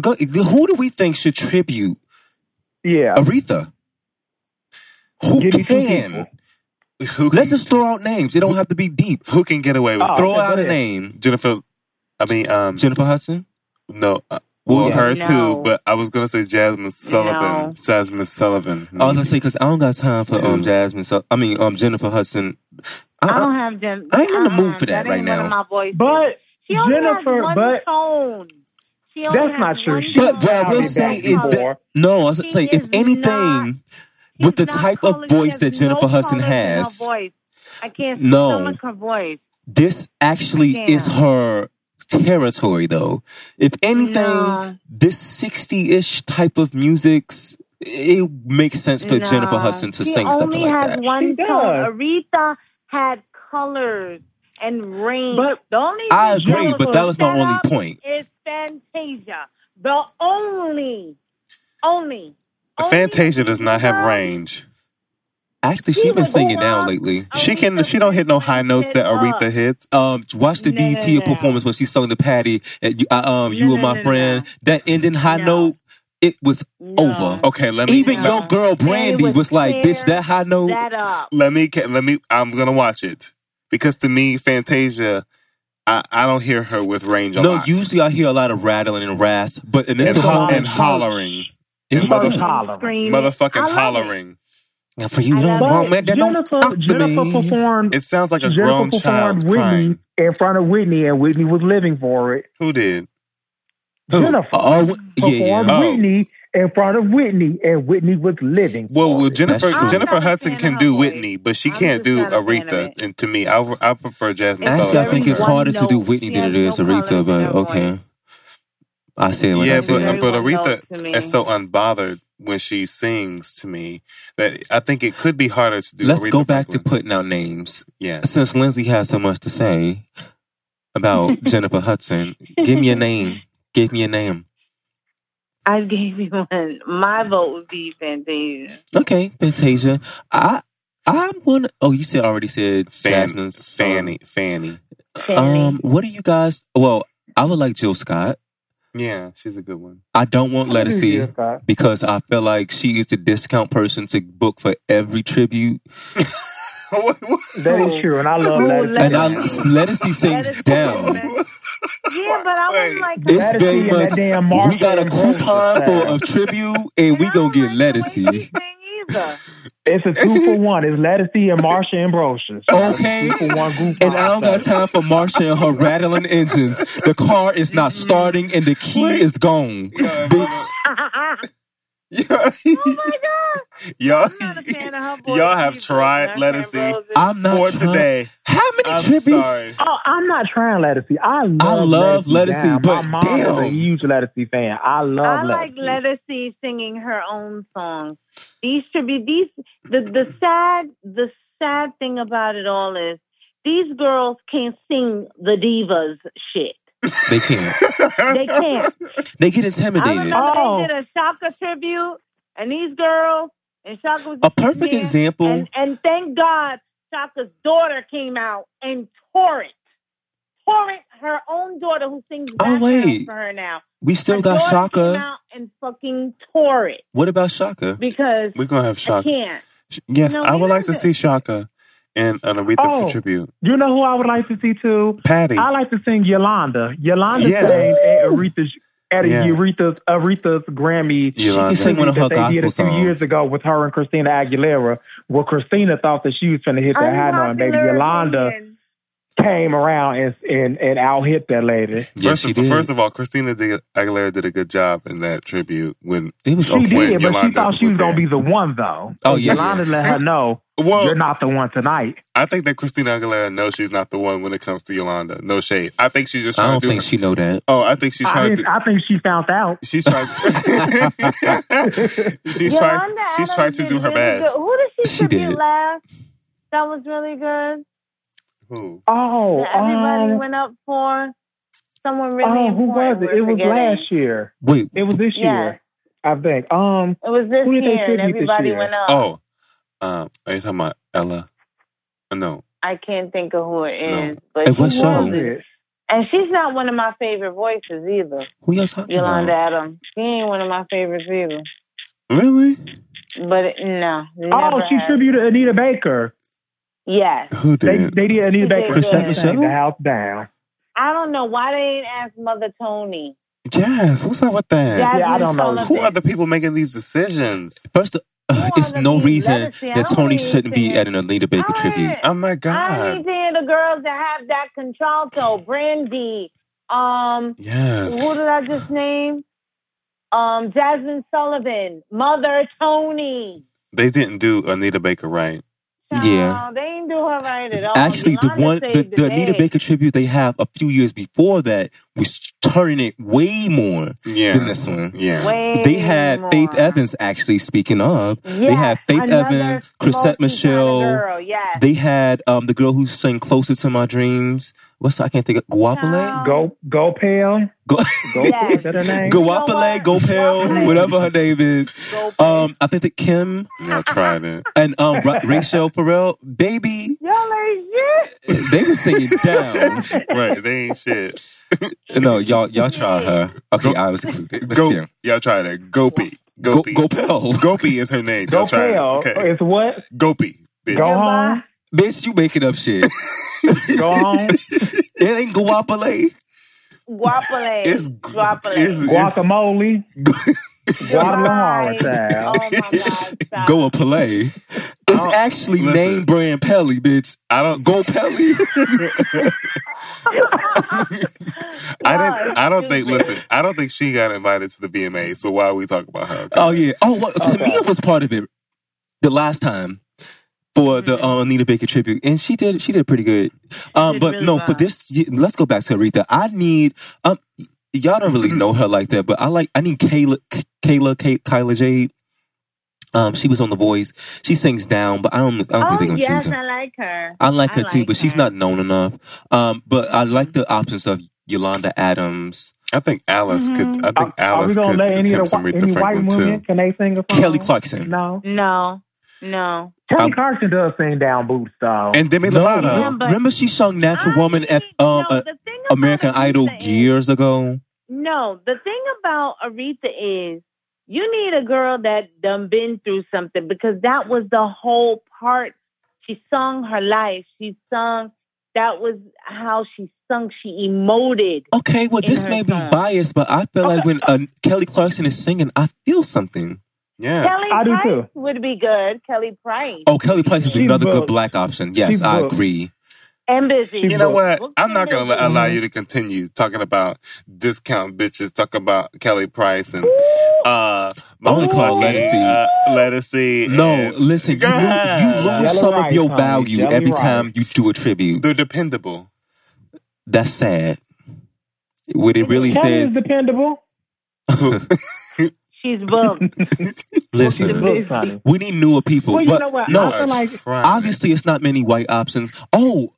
[SPEAKER 5] Go- who do we think should tribute
[SPEAKER 6] Yeah.
[SPEAKER 5] Aretha? Who
[SPEAKER 6] Give me two
[SPEAKER 5] can?
[SPEAKER 6] people.
[SPEAKER 7] Who can,
[SPEAKER 5] Let's just throw out names. It don't have to be deep.
[SPEAKER 7] who can get away with
[SPEAKER 6] Oh,
[SPEAKER 7] it?
[SPEAKER 5] Throw
[SPEAKER 6] okay,
[SPEAKER 5] out
[SPEAKER 6] go
[SPEAKER 5] a
[SPEAKER 6] ahead.
[SPEAKER 5] name.
[SPEAKER 7] Jennifer? I mean, um,
[SPEAKER 5] Jennifer Hudson.
[SPEAKER 7] no, uh, well,
[SPEAKER 5] Yeah.
[SPEAKER 7] her
[SPEAKER 4] No.
[SPEAKER 7] too. But I was gonna say Jasmine Sullivan.
[SPEAKER 4] No.
[SPEAKER 7] Jasmine Sullivan.
[SPEAKER 5] I was gonna say because I don't got time for um
[SPEAKER 7] Two.
[SPEAKER 5] Jasmine. So I mean um Jennifer Hudson. I,
[SPEAKER 4] I
[SPEAKER 6] Um,
[SPEAKER 4] don't
[SPEAKER 5] I,
[SPEAKER 4] have Jen.
[SPEAKER 5] I ain't in the mood
[SPEAKER 4] uh-uh,
[SPEAKER 5] for that right
[SPEAKER 4] ain't
[SPEAKER 5] now.
[SPEAKER 4] One of my voices.
[SPEAKER 6] But
[SPEAKER 4] she only
[SPEAKER 6] Jennifer,
[SPEAKER 4] has one
[SPEAKER 6] but-
[SPEAKER 4] tone. She only
[SPEAKER 6] That's
[SPEAKER 4] has
[SPEAKER 6] not true.
[SPEAKER 4] one
[SPEAKER 6] She
[SPEAKER 5] but what
[SPEAKER 4] tone.
[SPEAKER 5] I will
[SPEAKER 6] Probably
[SPEAKER 5] say
[SPEAKER 6] back
[SPEAKER 5] is that
[SPEAKER 6] before.
[SPEAKER 5] no, I was gonna
[SPEAKER 4] She
[SPEAKER 5] say if
[SPEAKER 4] is
[SPEAKER 5] anything.
[SPEAKER 4] not- She's
[SPEAKER 5] with the
[SPEAKER 4] not
[SPEAKER 5] type of
[SPEAKER 4] colored. She
[SPEAKER 5] voice
[SPEAKER 4] has
[SPEAKER 5] that Jennifer
[SPEAKER 4] no
[SPEAKER 5] Hudson
[SPEAKER 4] colors in her
[SPEAKER 5] has,
[SPEAKER 4] voice. I can't
[SPEAKER 5] No.
[SPEAKER 4] stomach her voice.
[SPEAKER 5] this actually
[SPEAKER 4] Yeah.
[SPEAKER 5] is her territory though if anything
[SPEAKER 4] No.
[SPEAKER 5] this 60-ish type of music's it makes sense for
[SPEAKER 4] No.
[SPEAKER 5] jennifer hudson to
[SPEAKER 4] she
[SPEAKER 5] sing something
[SPEAKER 4] uh, only
[SPEAKER 5] like
[SPEAKER 4] has
[SPEAKER 5] that
[SPEAKER 4] one
[SPEAKER 6] She does.
[SPEAKER 4] tone. Aretha had colors and range.
[SPEAKER 6] But-
[SPEAKER 4] the only
[SPEAKER 5] i
[SPEAKER 4] thing
[SPEAKER 5] agree but that was my
[SPEAKER 4] set
[SPEAKER 5] only
[SPEAKER 4] up
[SPEAKER 5] point
[SPEAKER 4] Is Fantasia the only, only, only
[SPEAKER 7] Fantasia does not have
[SPEAKER 4] Aretha
[SPEAKER 7] range.
[SPEAKER 5] actually
[SPEAKER 4] She
[SPEAKER 5] she's been
[SPEAKER 4] was
[SPEAKER 5] singing
[SPEAKER 4] on-
[SPEAKER 5] down lately
[SPEAKER 7] She can.
[SPEAKER 4] Aretha
[SPEAKER 7] She don't hit no
[SPEAKER 4] Franklin
[SPEAKER 7] high notes that
[SPEAKER 4] did
[SPEAKER 7] Aretha
[SPEAKER 4] up.
[SPEAKER 7] hits.
[SPEAKER 5] um, watch the
[SPEAKER 4] No, no,
[SPEAKER 5] BT
[SPEAKER 4] no.
[SPEAKER 5] performance when she sung the Patty. At you, I, um, you
[SPEAKER 4] No,
[SPEAKER 5] were
[SPEAKER 4] no,
[SPEAKER 5] my
[SPEAKER 4] no,
[SPEAKER 5] friend.
[SPEAKER 4] no.
[SPEAKER 5] That ending high
[SPEAKER 4] No.
[SPEAKER 5] note, it was
[SPEAKER 4] No.
[SPEAKER 5] over.
[SPEAKER 7] Okay, let me.
[SPEAKER 5] Even
[SPEAKER 4] No.
[SPEAKER 5] your girl
[SPEAKER 4] They
[SPEAKER 5] Brandy
[SPEAKER 4] would
[SPEAKER 5] was, like, "Bitch,
[SPEAKER 4] tear
[SPEAKER 5] that high note."
[SPEAKER 4] That uh, up.
[SPEAKER 5] Oh.
[SPEAKER 7] let me ca- let me i'm gonna watch it because to me fantasia i, I don't hear her with range a
[SPEAKER 5] no,
[SPEAKER 7] lot
[SPEAKER 5] usually I hear a lot of rattling and rasp, but in this
[SPEAKER 7] and,
[SPEAKER 6] It's a
[SPEAKER 7] ho-
[SPEAKER 6] lot
[SPEAKER 5] performance,
[SPEAKER 6] of
[SPEAKER 7] and
[SPEAKER 6] church.
[SPEAKER 7] hollering
[SPEAKER 5] it
[SPEAKER 7] and
[SPEAKER 5] was
[SPEAKER 6] Church
[SPEAKER 5] good.
[SPEAKER 7] motherf-
[SPEAKER 6] hollering.
[SPEAKER 4] Screaming. I
[SPEAKER 7] motherfucking
[SPEAKER 4] love it.
[SPEAKER 7] hollering
[SPEAKER 5] Now, for you
[SPEAKER 4] I
[SPEAKER 5] don't
[SPEAKER 4] love
[SPEAKER 5] want
[SPEAKER 4] it.
[SPEAKER 5] man, that don't
[SPEAKER 6] Jennifer
[SPEAKER 5] talk to
[SPEAKER 6] Jennifer
[SPEAKER 5] me.
[SPEAKER 6] performed
[SPEAKER 7] it sounds like a
[SPEAKER 6] Jennifer
[SPEAKER 7] grown
[SPEAKER 6] performed
[SPEAKER 7] child
[SPEAKER 6] Whitney
[SPEAKER 7] crying
[SPEAKER 6] in front of Whitney, and Whitney was living for it.
[SPEAKER 7] who did Who?
[SPEAKER 6] Jennifer
[SPEAKER 5] Oh, yeah,
[SPEAKER 6] performed
[SPEAKER 5] yeah.
[SPEAKER 7] Oh.
[SPEAKER 6] Whitney in front of Whitney, and Whitney was living.
[SPEAKER 7] well,
[SPEAKER 6] for
[SPEAKER 7] well
[SPEAKER 6] it.
[SPEAKER 7] jennifer
[SPEAKER 5] That's true.
[SPEAKER 4] I'm
[SPEAKER 7] jennifer
[SPEAKER 4] not a
[SPEAKER 7] hudson
[SPEAKER 4] fan
[SPEAKER 7] can
[SPEAKER 4] of
[SPEAKER 7] do
[SPEAKER 4] her
[SPEAKER 7] whitney but she
[SPEAKER 4] I'm
[SPEAKER 7] can't
[SPEAKER 4] just
[SPEAKER 7] do
[SPEAKER 4] not a fan of
[SPEAKER 7] aretha
[SPEAKER 4] it.
[SPEAKER 7] and to me i, I prefer jasmine
[SPEAKER 4] It's
[SPEAKER 5] Actually,
[SPEAKER 7] Sullivan
[SPEAKER 5] I think
[SPEAKER 4] very
[SPEAKER 5] it's
[SPEAKER 7] over her.
[SPEAKER 5] harder to do
[SPEAKER 4] one
[SPEAKER 5] Whitney
[SPEAKER 4] note.
[SPEAKER 5] than it
[SPEAKER 4] She
[SPEAKER 5] is
[SPEAKER 4] has no
[SPEAKER 5] Aretha, but
[SPEAKER 4] colors in her
[SPEAKER 5] okay. I say it like
[SPEAKER 7] yeah
[SPEAKER 5] I
[SPEAKER 4] It's
[SPEAKER 5] say
[SPEAKER 7] but,
[SPEAKER 4] very
[SPEAKER 5] it.
[SPEAKER 7] but
[SPEAKER 4] one
[SPEAKER 7] aretha
[SPEAKER 4] note to me.
[SPEAKER 7] is so unbothered when she sings to me that i think it could be harder to do
[SPEAKER 5] Let's
[SPEAKER 7] aretha
[SPEAKER 5] go back to
[SPEAKER 7] Franklin.
[SPEAKER 5] putting out names.
[SPEAKER 7] yeah
[SPEAKER 5] Since Lindsay has so much to say about Jennifer Hudson, give me a name. Give me a name.
[SPEAKER 4] I gave you one. My vote would be Fantasia.
[SPEAKER 5] Okay, Fantasia. I I'm gonna. Oh, you said already said
[SPEAKER 7] Fan-
[SPEAKER 5] Jasmine.
[SPEAKER 7] fanny fanny
[SPEAKER 5] Um, what do you guys? Well, I would like Jill Scott.
[SPEAKER 7] yeah she's a good one
[SPEAKER 5] I don't want
[SPEAKER 6] Yeah,
[SPEAKER 5] Lettucey.
[SPEAKER 6] Scott.
[SPEAKER 5] because I feel like she is the discount person to book for every tribute.
[SPEAKER 6] That is true, and I love
[SPEAKER 4] Ooh,
[SPEAKER 6] that.
[SPEAKER 5] And I
[SPEAKER 4] Lettucey.
[SPEAKER 5] Lettucey sings
[SPEAKER 4] Lettucey
[SPEAKER 5] down.
[SPEAKER 4] sings Yeah, but I
[SPEAKER 7] Wait.
[SPEAKER 4] wouldn't like
[SPEAKER 5] It's
[SPEAKER 4] her.
[SPEAKER 6] Lettucey
[SPEAKER 5] very
[SPEAKER 6] and that
[SPEAKER 5] much.
[SPEAKER 6] damn
[SPEAKER 5] We
[SPEAKER 6] Martha
[SPEAKER 5] got a
[SPEAKER 6] and Rosa
[SPEAKER 5] coupon for a
[SPEAKER 6] sound.
[SPEAKER 5] tribute, and we
[SPEAKER 4] I
[SPEAKER 5] gonna
[SPEAKER 4] don't
[SPEAKER 5] get
[SPEAKER 4] like the way she
[SPEAKER 5] Lettucey.
[SPEAKER 4] sing either.
[SPEAKER 6] It's a two for one. It's Lettucey and Marsha Ambrosius.
[SPEAKER 5] Okay.
[SPEAKER 6] Two for one group.
[SPEAKER 5] And I don't got time for Marsha and her rattling engines. The car is not starting, and the key is gone.
[SPEAKER 7] Mm. Yeah,
[SPEAKER 5] Bitch,
[SPEAKER 7] Y'all,
[SPEAKER 4] oh my god!
[SPEAKER 7] y'all,
[SPEAKER 4] I'm not a fan of her voice
[SPEAKER 7] y'all have
[SPEAKER 4] either,
[SPEAKER 7] tried
[SPEAKER 4] Guns N'
[SPEAKER 7] Lettucey
[SPEAKER 4] Roses.
[SPEAKER 5] I'm not
[SPEAKER 7] for
[SPEAKER 5] trying-
[SPEAKER 7] today.
[SPEAKER 5] How many
[SPEAKER 7] I'm
[SPEAKER 5] tributes?
[SPEAKER 7] sorry.
[SPEAKER 6] Oh, I'm not trying Lettucey. I love
[SPEAKER 5] love Lettucey,
[SPEAKER 6] down.
[SPEAKER 5] but
[SPEAKER 6] my mom is a
[SPEAKER 5] damn.
[SPEAKER 6] huge Lettucey fan. I love
[SPEAKER 4] I like
[SPEAKER 6] Lettucey.
[SPEAKER 4] Lettucey singing her own songs. These should be these the the sad the sad thing about it all is these girls can't sing the divas shit.
[SPEAKER 5] They can't.
[SPEAKER 4] They can't.
[SPEAKER 5] They get
[SPEAKER 4] I
[SPEAKER 5] intimidated.
[SPEAKER 4] remember
[SPEAKER 6] Oh.
[SPEAKER 4] they did a Shaka tribute, and these girls and Shaka was
[SPEAKER 5] A perfect
[SPEAKER 4] there,
[SPEAKER 5] example.
[SPEAKER 4] And, and thank God Shaka's daughter came out and tore it, tore it. Her own daughter who sings background
[SPEAKER 5] Oh, wait.
[SPEAKER 4] for her now.
[SPEAKER 5] we still
[SPEAKER 4] Her
[SPEAKER 5] got
[SPEAKER 4] daughter Came
[SPEAKER 5] Shaka.
[SPEAKER 4] out and fucking tore it
[SPEAKER 5] What about Shaka?
[SPEAKER 4] because
[SPEAKER 7] We're gonna have
[SPEAKER 4] I
[SPEAKER 7] Shaka.
[SPEAKER 4] can't.
[SPEAKER 7] Yes,
[SPEAKER 4] No,
[SPEAKER 7] I
[SPEAKER 4] we
[SPEAKER 7] would like to
[SPEAKER 4] don't
[SPEAKER 7] see Shaka in an Aretha
[SPEAKER 6] Oh.
[SPEAKER 7] tribute.
[SPEAKER 6] You know who I would like to see too?
[SPEAKER 7] Patty.
[SPEAKER 6] I like to sing Yolanda. Yolanda
[SPEAKER 7] Yes.
[SPEAKER 6] sang at Aretha's at
[SPEAKER 7] Yeah.
[SPEAKER 6] Aretha's Aretha's Grammy
[SPEAKER 5] She
[SPEAKER 7] Yolanda.
[SPEAKER 5] can sing one of her
[SPEAKER 6] that they did
[SPEAKER 5] gospel
[SPEAKER 6] a few years
[SPEAKER 5] songs.
[SPEAKER 6] ago with her and Christina Aguilera, where Christina thought that she was going to hit that high note, and baby
[SPEAKER 4] Unpopular
[SPEAKER 6] Yolanda
[SPEAKER 4] opinion.
[SPEAKER 6] came around and and and out hit that lady.
[SPEAKER 5] Yes,
[SPEAKER 7] first,
[SPEAKER 5] she
[SPEAKER 7] of,
[SPEAKER 5] did.
[SPEAKER 7] first of all, Christina did, Aguilera did a good job in that tribute when
[SPEAKER 5] it was
[SPEAKER 6] She
[SPEAKER 5] okay.
[SPEAKER 7] when
[SPEAKER 6] did, but she
[SPEAKER 7] Yolanda
[SPEAKER 6] thought she
[SPEAKER 7] was
[SPEAKER 6] was going to
[SPEAKER 7] there.
[SPEAKER 6] be the one though.
[SPEAKER 5] Oh,
[SPEAKER 6] So
[SPEAKER 5] yeah, Oh.
[SPEAKER 6] Yolanda
[SPEAKER 5] yeah.
[SPEAKER 6] let her know
[SPEAKER 7] Well,
[SPEAKER 6] you're not the one tonight.
[SPEAKER 7] I think that Christina Aguilera knows she's not the one when it comes to Yolanda. No shade. I think she's just
[SPEAKER 5] I
[SPEAKER 7] trying
[SPEAKER 5] don't
[SPEAKER 7] to do.
[SPEAKER 5] think she know that.
[SPEAKER 7] oh, I think she's
[SPEAKER 6] I,
[SPEAKER 7] trying
[SPEAKER 6] think-
[SPEAKER 7] to.
[SPEAKER 6] I think she found out.
[SPEAKER 7] she's trying. she's trying.
[SPEAKER 4] Yolanda
[SPEAKER 7] She's
[SPEAKER 4] Adams
[SPEAKER 7] trying to
[SPEAKER 4] did
[SPEAKER 7] do her
[SPEAKER 4] really
[SPEAKER 7] best.
[SPEAKER 4] good. Who did she,
[SPEAKER 5] She
[SPEAKER 4] tribute
[SPEAKER 5] did.
[SPEAKER 4] last? That was really good.
[SPEAKER 7] Who?
[SPEAKER 6] Oh,
[SPEAKER 4] that everybody
[SPEAKER 6] um,
[SPEAKER 4] went up for someone really
[SPEAKER 6] oh, who was
[SPEAKER 4] important.
[SPEAKER 6] it?
[SPEAKER 4] We're
[SPEAKER 6] It was
[SPEAKER 4] forgetting.
[SPEAKER 6] last year.
[SPEAKER 5] Wait,
[SPEAKER 6] It was this
[SPEAKER 4] Yeah.
[SPEAKER 6] year, I think. Um,
[SPEAKER 4] It was this
[SPEAKER 6] Who did they
[SPEAKER 4] year, and
[SPEAKER 6] tribute this
[SPEAKER 4] everybody
[SPEAKER 6] year?
[SPEAKER 4] went up.
[SPEAKER 7] Oh, um, are you talking about Ella? No,
[SPEAKER 4] I can't think of who it
[SPEAKER 7] No.
[SPEAKER 4] is, but
[SPEAKER 5] Hey,
[SPEAKER 4] she
[SPEAKER 5] what
[SPEAKER 4] was
[SPEAKER 5] song?
[SPEAKER 6] who was
[SPEAKER 4] it.
[SPEAKER 6] it?
[SPEAKER 4] And she's not one of my favorite voices either.
[SPEAKER 5] who y'all talking
[SPEAKER 4] Yolanda
[SPEAKER 5] about?
[SPEAKER 4] Adams. She ain't one of my favorites either.
[SPEAKER 7] really?
[SPEAKER 4] But it, no,
[SPEAKER 6] Oh,
[SPEAKER 4] never
[SPEAKER 6] she
[SPEAKER 4] has.
[SPEAKER 6] tributed Anita Baker.
[SPEAKER 4] Yes,
[SPEAKER 7] Who
[SPEAKER 6] They
[SPEAKER 7] did?
[SPEAKER 6] they did Anita
[SPEAKER 4] She did
[SPEAKER 6] Baker.
[SPEAKER 4] Chris
[SPEAKER 6] She
[SPEAKER 4] Michelle?
[SPEAKER 6] sang the house down.
[SPEAKER 4] I don't know why they ain't asked Mother Tony.
[SPEAKER 7] Yes. What's up with that?
[SPEAKER 4] Jasmine
[SPEAKER 6] Yeah, I don't know.
[SPEAKER 4] Sullivan.
[SPEAKER 7] Who are the people making these decisions?
[SPEAKER 5] First, of-
[SPEAKER 4] Who
[SPEAKER 5] it's
[SPEAKER 4] are the
[SPEAKER 5] no
[SPEAKER 4] people?
[SPEAKER 5] reason
[SPEAKER 4] Lettucey, I
[SPEAKER 5] that
[SPEAKER 4] don't
[SPEAKER 5] Tony
[SPEAKER 4] think
[SPEAKER 5] shouldn't be
[SPEAKER 4] singing.
[SPEAKER 5] at an Alita Baker
[SPEAKER 4] I-
[SPEAKER 5] tribute.
[SPEAKER 7] Oh my
[SPEAKER 4] I need
[SPEAKER 7] god!
[SPEAKER 4] to hear the girls that have that contralto, Brandy. Um,
[SPEAKER 7] Yes.
[SPEAKER 4] who did I just name? Um, Jasmine Sullivan, Mother Tony.
[SPEAKER 7] They didn't do Anita Baker right.
[SPEAKER 4] Child,
[SPEAKER 5] Yeah.
[SPEAKER 4] they ain't do her right at all.
[SPEAKER 5] Actually, the
[SPEAKER 4] Yolanda
[SPEAKER 5] one the,
[SPEAKER 4] saved
[SPEAKER 5] the Anita
[SPEAKER 4] day.
[SPEAKER 5] Baker tribute they have a few years before that was turning it way more
[SPEAKER 7] Yeah.
[SPEAKER 5] than this one.
[SPEAKER 7] Yeah.
[SPEAKER 4] Way
[SPEAKER 5] They had
[SPEAKER 4] more.
[SPEAKER 5] Faith Evans actually speaking of. they
[SPEAKER 4] Yes,
[SPEAKER 5] had Faith
[SPEAKER 4] another
[SPEAKER 5] Evans, Chrisette
[SPEAKER 4] smoky kinda
[SPEAKER 5] Michelle.
[SPEAKER 4] girl, yes.
[SPEAKER 5] They had um the girl who sang "Closer to My Dreams." What's I can't think of Guapale.
[SPEAKER 4] No.
[SPEAKER 6] Go go pale.
[SPEAKER 5] Go-
[SPEAKER 6] Go
[SPEAKER 4] Yes.
[SPEAKER 6] is that her name?
[SPEAKER 4] Go-
[SPEAKER 5] Guapale,
[SPEAKER 4] Go-
[SPEAKER 5] Gopel,
[SPEAKER 4] Guapale.
[SPEAKER 5] whatever her name is.
[SPEAKER 4] Go
[SPEAKER 5] Um, I think that Kim
[SPEAKER 7] Y'all tried it.
[SPEAKER 5] and um Ra- Rachel Farrell, baby,
[SPEAKER 4] Y'all ain't shit.
[SPEAKER 5] they were singing down.
[SPEAKER 7] right. They ain't shit.
[SPEAKER 5] No, y'all, y'all try her. Okay, I was excluded. But
[SPEAKER 7] Go,
[SPEAKER 5] still.
[SPEAKER 7] y'all try that. Gopi.
[SPEAKER 5] Go,
[SPEAKER 7] Gopi.
[SPEAKER 5] go, Pell.
[SPEAKER 7] Gopi is her name.
[SPEAKER 6] Go
[SPEAKER 7] y'all try
[SPEAKER 6] pale.
[SPEAKER 7] that. Okay.
[SPEAKER 6] It's what?
[SPEAKER 7] Gopi. Bitch.
[SPEAKER 6] Go
[SPEAKER 4] Goodbye.
[SPEAKER 6] home.
[SPEAKER 5] Bitch, you making up shit.
[SPEAKER 6] Go home.
[SPEAKER 5] it ain't Guapale.
[SPEAKER 4] Guapale.
[SPEAKER 7] It's-
[SPEAKER 4] Guapale.
[SPEAKER 7] it's-
[SPEAKER 6] Guacamole. Guacamole
[SPEAKER 4] Goodbye.
[SPEAKER 6] hard child.
[SPEAKER 4] Oh my God. stop.
[SPEAKER 5] Go a Pele. It's
[SPEAKER 7] don't-
[SPEAKER 5] actually
[SPEAKER 7] listen.
[SPEAKER 5] name brand Pelly, bitch.
[SPEAKER 7] I don't.
[SPEAKER 5] Go Pelly.
[SPEAKER 7] I didn't.
[SPEAKER 4] God,
[SPEAKER 7] I don't think.
[SPEAKER 4] stupid.
[SPEAKER 7] Listen. I don't think she got invited to the BMA. So why are we talking about her?
[SPEAKER 5] oh yeah. Oh, well,
[SPEAKER 6] Okay.
[SPEAKER 5] Tamia was part of it the last time for the uh, Anita Baker tribute, and she did. She did pretty good.
[SPEAKER 4] Mm-hmm.
[SPEAKER 5] Um,
[SPEAKER 4] did
[SPEAKER 5] but
[SPEAKER 4] really
[SPEAKER 5] no,
[SPEAKER 4] well.
[SPEAKER 5] for this, let's go back to Aretha. I need um. y- Y'all don't
[SPEAKER 4] Mm-hmm.
[SPEAKER 5] really know her like that, but I like I need Kayla, K- Kayla, Kay, Kyla Jade. Um, she was on The Voice. She sings down, but I don't. I don't
[SPEAKER 4] Oh
[SPEAKER 5] think they're gonna
[SPEAKER 4] yes,
[SPEAKER 5] choose her.
[SPEAKER 4] I like her.
[SPEAKER 5] I like her
[SPEAKER 4] I
[SPEAKER 5] too,
[SPEAKER 4] like
[SPEAKER 5] but she's
[SPEAKER 4] her. Mm-hmm.
[SPEAKER 5] not known enough. Um, but I like the options of Yolanda Adams,
[SPEAKER 7] I think Alice could. I
[SPEAKER 6] Mm-hmm. Are,
[SPEAKER 7] think
[SPEAKER 6] are we
[SPEAKER 7] Alice
[SPEAKER 6] gonna
[SPEAKER 7] could
[SPEAKER 6] let any of
[SPEAKER 7] attempt
[SPEAKER 6] the
[SPEAKER 7] some
[SPEAKER 6] whi-
[SPEAKER 7] Aretha
[SPEAKER 6] any white
[SPEAKER 7] Franklin
[SPEAKER 6] women?
[SPEAKER 7] too.
[SPEAKER 6] Can they sing a song?
[SPEAKER 4] Oh.
[SPEAKER 5] Kelly Clarkson.
[SPEAKER 6] No.
[SPEAKER 4] No, no.
[SPEAKER 6] Kelly
[SPEAKER 5] I'm-
[SPEAKER 6] Clarkson does sing down boots though.
[SPEAKER 7] And Demi
[SPEAKER 5] No,
[SPEAKER 7] Lovato.
[SPEAKER 4] Yeah, but-
[SPEAKER 5] remember she sung "Natural Woman" at
[SPEAKER 4] I-
[SPEAKER 5] um
[SPEAKER 4] no,
[SPEAKER 5] uh,
[SPEAKER 4] the thing about
[SPEAKER 5] American
[SPEAKER 4] Aretha
[SPEAKER 5] Idol
[SPEAKER 4] is-
[SPEAKER 5] years ago.
[SPEAKER 4] No, the thing about Aretha is you need a girl that done been through something because that was the whole part. She sung her life. She sung. That was how she sung. She emoted.
[SPEAKER 5] Okay, well,
[SPEAKER 4] in
[SPEAKER 5] this
[SPEAKER 4] her
[SPEAKER 5] may be
[SPEAKER 4] song.
[SPEAKER 5] biased, but I feel like when uh, Kelly Clarkson is singing, I feel something.
[SPEAKER 7] Yes.
[SPEAKER 4] Kelly
[SPEAKER 6] I do
[SPEAKER 4] Price
[SPEAKER 6] too.
[SPEAKER 4] would be good. Kelly Price.
[SPEAKER 5] Oh, Kelly Price is
[SPEAKER 6] She's
[SPEAKER 5] another good
[SPEAKER 6] booked.
[SPEAKER 5] black option. Yes,
[SPEAKER 6] She's
[SPEAKER 5] I
[SPEAKER 6] booked.
[SPEAKER 5] agree.
[SPEAKER 4] and busy.
[SPEAKER 7] You know what?
[SPEAKER 4] Books
[SPEAKER 7] I'm
[SPEAKER 4] and
[SPEAKER 7] not gonna
[SPEAKER 4] busy.
[SPEAKER 7] let, allow you to continue talking about discount bitches. Talk about Kelly Price and uh,
[SPEAKER 5] wanna
[SPEAKER 7] Mama
[SPEAKER 5] call Lettuce.
[SPEAKER 7] Uh, Lettucey
[SPEAKER 5] No,
[SPEAKER 7] and-
[SPEAKER 5] listen, you,
[SPEAKER 7] Go
[SPEAKER 5] lo- you
[SPEAKER 7] ahead.
[SPEAKER 5] lose
[SPEAKER 6] Yellow
[SPEAKER 5] some of
[SPEAKER 6] rice,
[SPEAKER 5] your
[SPEAKER 6] honey,
[SPEAKER 5] value
[SPEAKER 6] yellow
[SPEAKER 5] every
[SPEAKER 6] rice.
[SPEAKER 5] time you do a tribute.
[SPEAKER 7] They're dependable.
[SPEAKER 5] That's sad. What it really
[SPEAKER 6] Kelly is
[SPEAKER 5] says,
[SPEAKER 6] dependable.
[SPEAKER 4] She's booked.
[SPEAKER 6] She's
[SPEAKER 5] listen,
[SPEAKER 6] booked, honey.
[SPEAKER 5] we need newer people.
[SPEAKER 6] Well, you
[SPEAKER 5] but
[SPEAKER 6] know what?
[SPEAKER 5] No,
[SPEAKER 6] I feel like
[SPEAKER 7] Christ.
[SPEAKER 5] obviously it's not many white options. Oh,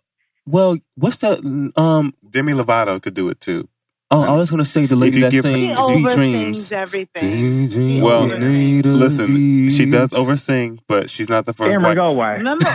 [SPEAKER 5] well, what's that? Um,
[SPEAKER 7] Demi Lovato could do it too.
[SPEAKER 5] oh, I was gonna say the lady
[SPEAKER 7] you
[SPEAKER 5] that
[SPEAKER 7] give her-
[SPEAKER 4] She
[SPEAKER 5] sings "Sweet
[SPEAKER 4] overthinks
[SPEAKER 5] Dreams."
[SPEAKER 4] everything.
[SPEAKER 7] Well,
[SPEAKER 4] Need
[SPEAKER 7] Listen, she does oversing, but she's not the first
[SPEAKER 6] Cameron,
[SPEAKER 7] white.
[SPEAKER 6] go away.
[SPEAKER 4] Remember,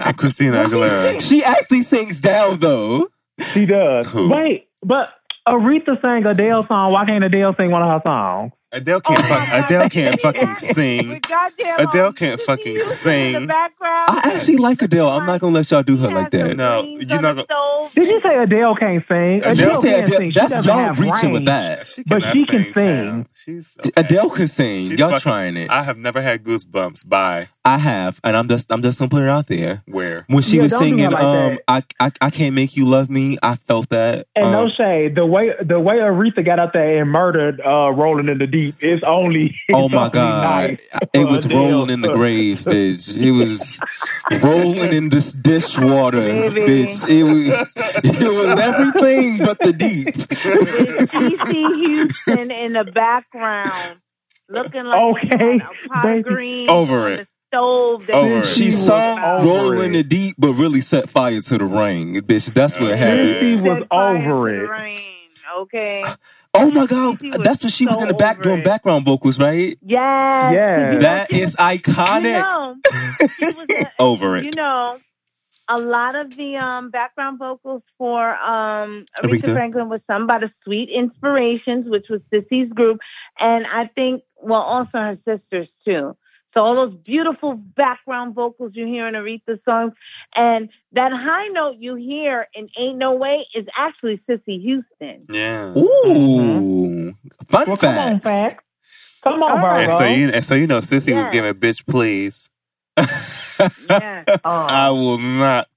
[SPEAKER 7] And Christina Aguilera.
[SPEAKER 5] she actually sings down though.
[SPEAKER 6] She does.
[SPEAKER 7] Who?
[SPEAKER 6] Wait, but Aretha sang Adele song. Why can't Adele sing one of her songs?
[SPEAKER 7] Adele can't.
[SPEAKER 4] Oh my
[SPEAKER 7] fuck,
[SPEAKER 4] God.
[SPEAKER 7] Adele can't fucking
[SPEAKER 4] with
[SPEAKER 7] sing.
[SPEAKER 4] goddamn
[SPEAKER 7] Adele
[SPEAKER 4] all
[SPEAKER 7] can't
[SPEAKER 4] the
[SPEAKER 7] fucking
[SPEAKER 4] music In
[SPEAKER 7] sing.
[SPEAKER 4] the background.
[SPEAKER 5] I actually like Adele. I'm not gonna let y'all do her like that.
[SPEAKER 7] No, you're not gonna-
[SPEAKER 6] Did you say Adele can't sing?
[SPEAKER 7] Adele
[SPEAKER 5] She said
[SPEAKER 6] can't
[SPEAKER 5] Adele-
[SPEAKER 6] sing. She
[SPEAKER 5] that's
[SPEAKER 6] doesn't
[SPEAKER 5] y'all
[SPEAKER 6] have
[SPEAKER 5] reaching
[SPEAKER 6] range.
[SPEAKER 5] with that.
[SPEAKER 7] She
[SPEAKER 6] But
[SPEAKER 7] cannot
[SPEAKER 6] she can
[SPEAKER 7] child.
[SPEAKER 6] sing.
[SPEAKER 7] She's okay.
[SPEAKER 5] Adele can sing.
[SPEAKER 7] She's
[SPEAKER 5] y'all
[SPEAKER 7] fucking-
[SPEAKER 5] trying it. I,
[SPEAKER 7] I have never had goosebumps. Bye.
[SPEAKER 5] have, and I'm just I'm just gonna put it out there.
[SPEAKER 7] Where?
[SPEAKER 5] When she
[SPEAKER 6] Yeah,
[SPEAKER 5] was
[SPEAKER 6] don't do her
[SPEAKER 5] singing,
[SPEAKER 6] like
[SPEAKER 5] um,
[SPEAKER 6] that.
[SPEAKER 5] I, I I can't make you love me. I felt that.
[SPEAKER 6] And
[SPEAKER 5] um,
[SPEAKER 6] no shade. The way the way Aretha got out there and murdered uh, Rolling in the Deep is only.
[SPEAKER 5] Oh
[SPEAKER 6] it's
[SPEAKER 5] my
[SPEAKER 6] only
[SPEAKER 5] God.
[SPEAKER 6] nice
[SPEAKER 5] It
[SPEAKER 6] for
[SPEAKER 5] was
[SPEAKER 6] Adele.
[SPEAKER 5] rolling in the grave, bitch. It was rolling in this dishwater,
[SPEAKER 4] Baby.
[SPEAKER 5] bitch. It was, it was everything but the deep.
[SPEAKER 4] TC Houston in the background, looking like
[SPEAKER 6] Okay,
[SPEAKER 4] she had a pot
[SPEAKER 6] baby.
[SPEAKER 4] of greens
[SPEAKER 7] Over
[SPEAKER 4] on
[SPEAKER 7] it.
[SPEAKER 4] the stove. That
[SPEAKER 7] Over it.
[SPEAKER 5] She
[SPEAKER 6] was
[SPEAKER 5] sung
[SPEAKER 6] over
[SPEAKER 5] rolling in the
[SPEAKER 6] it.
[SPEAKER 5] deep, but really set fire to the ring, bitch. That's what happened.
[SPEAKER 6] She was
[SPEAKER 4] Set fire
[SPEAKER 6] over
[SPEAKER 4] to the
[SPEAKER 6] it.
[SPEAKER 4] rain, Okay.
[SPEAKER 5] Oh my God.
[SPEAKER 4] She was
[SPEAKER 5] That's what she was
[SPEAKER 4] so
[SPEAKER 5] in the back
[SPEAKER 4] over
[SPEAKER 5] doing
[SPEAKER 4] it.
[SPEAKER 5] background vocals, right?
[SPEAKER 4] Yes.
[SPEAKER 6] Yeah.
[SPEAKER 5] That is
[SPEAKER 4] You
[SPEAKER 5] iconic.
[SPEAKER 4] know, she was a-
[SPEAKER 7] Over
[SPEAKER 4] you
[SPEAKER 7] it.
[SPEAKER 4] know, a lot of the um, background vocals for um, Aretha,
[SPEAKER 5] Aretha.
[SPEAKER 4] Franklin was sung by the Sweet Inspirations, which was Sissy's group, and I think, well, also her sisters too. So all those beautiful background vocals you hear in Aretha's songs, and that high note you hear in "Ain't No Way" is actually Sissy Houston.
[SPEAKER 7] Yeah.
[SPEAKER 5] Ooh. Fun
[SPEAKER 6] Well, come on,
[SPEAKER 5] fact.
[SPEAKER 6] fact. Come on,
[SPEAKER 4] All right.
[SPEAKER 7] And
[SPEAKER 6] Virgo.
[SPEAKER 7] so you, and so you know, Sissy was
[SPEAKER 4] Yeah.
[SPEAKER 7] giving bitch please.
[SPEAKER 4] Yeah.
[SPEAKER 7] I will not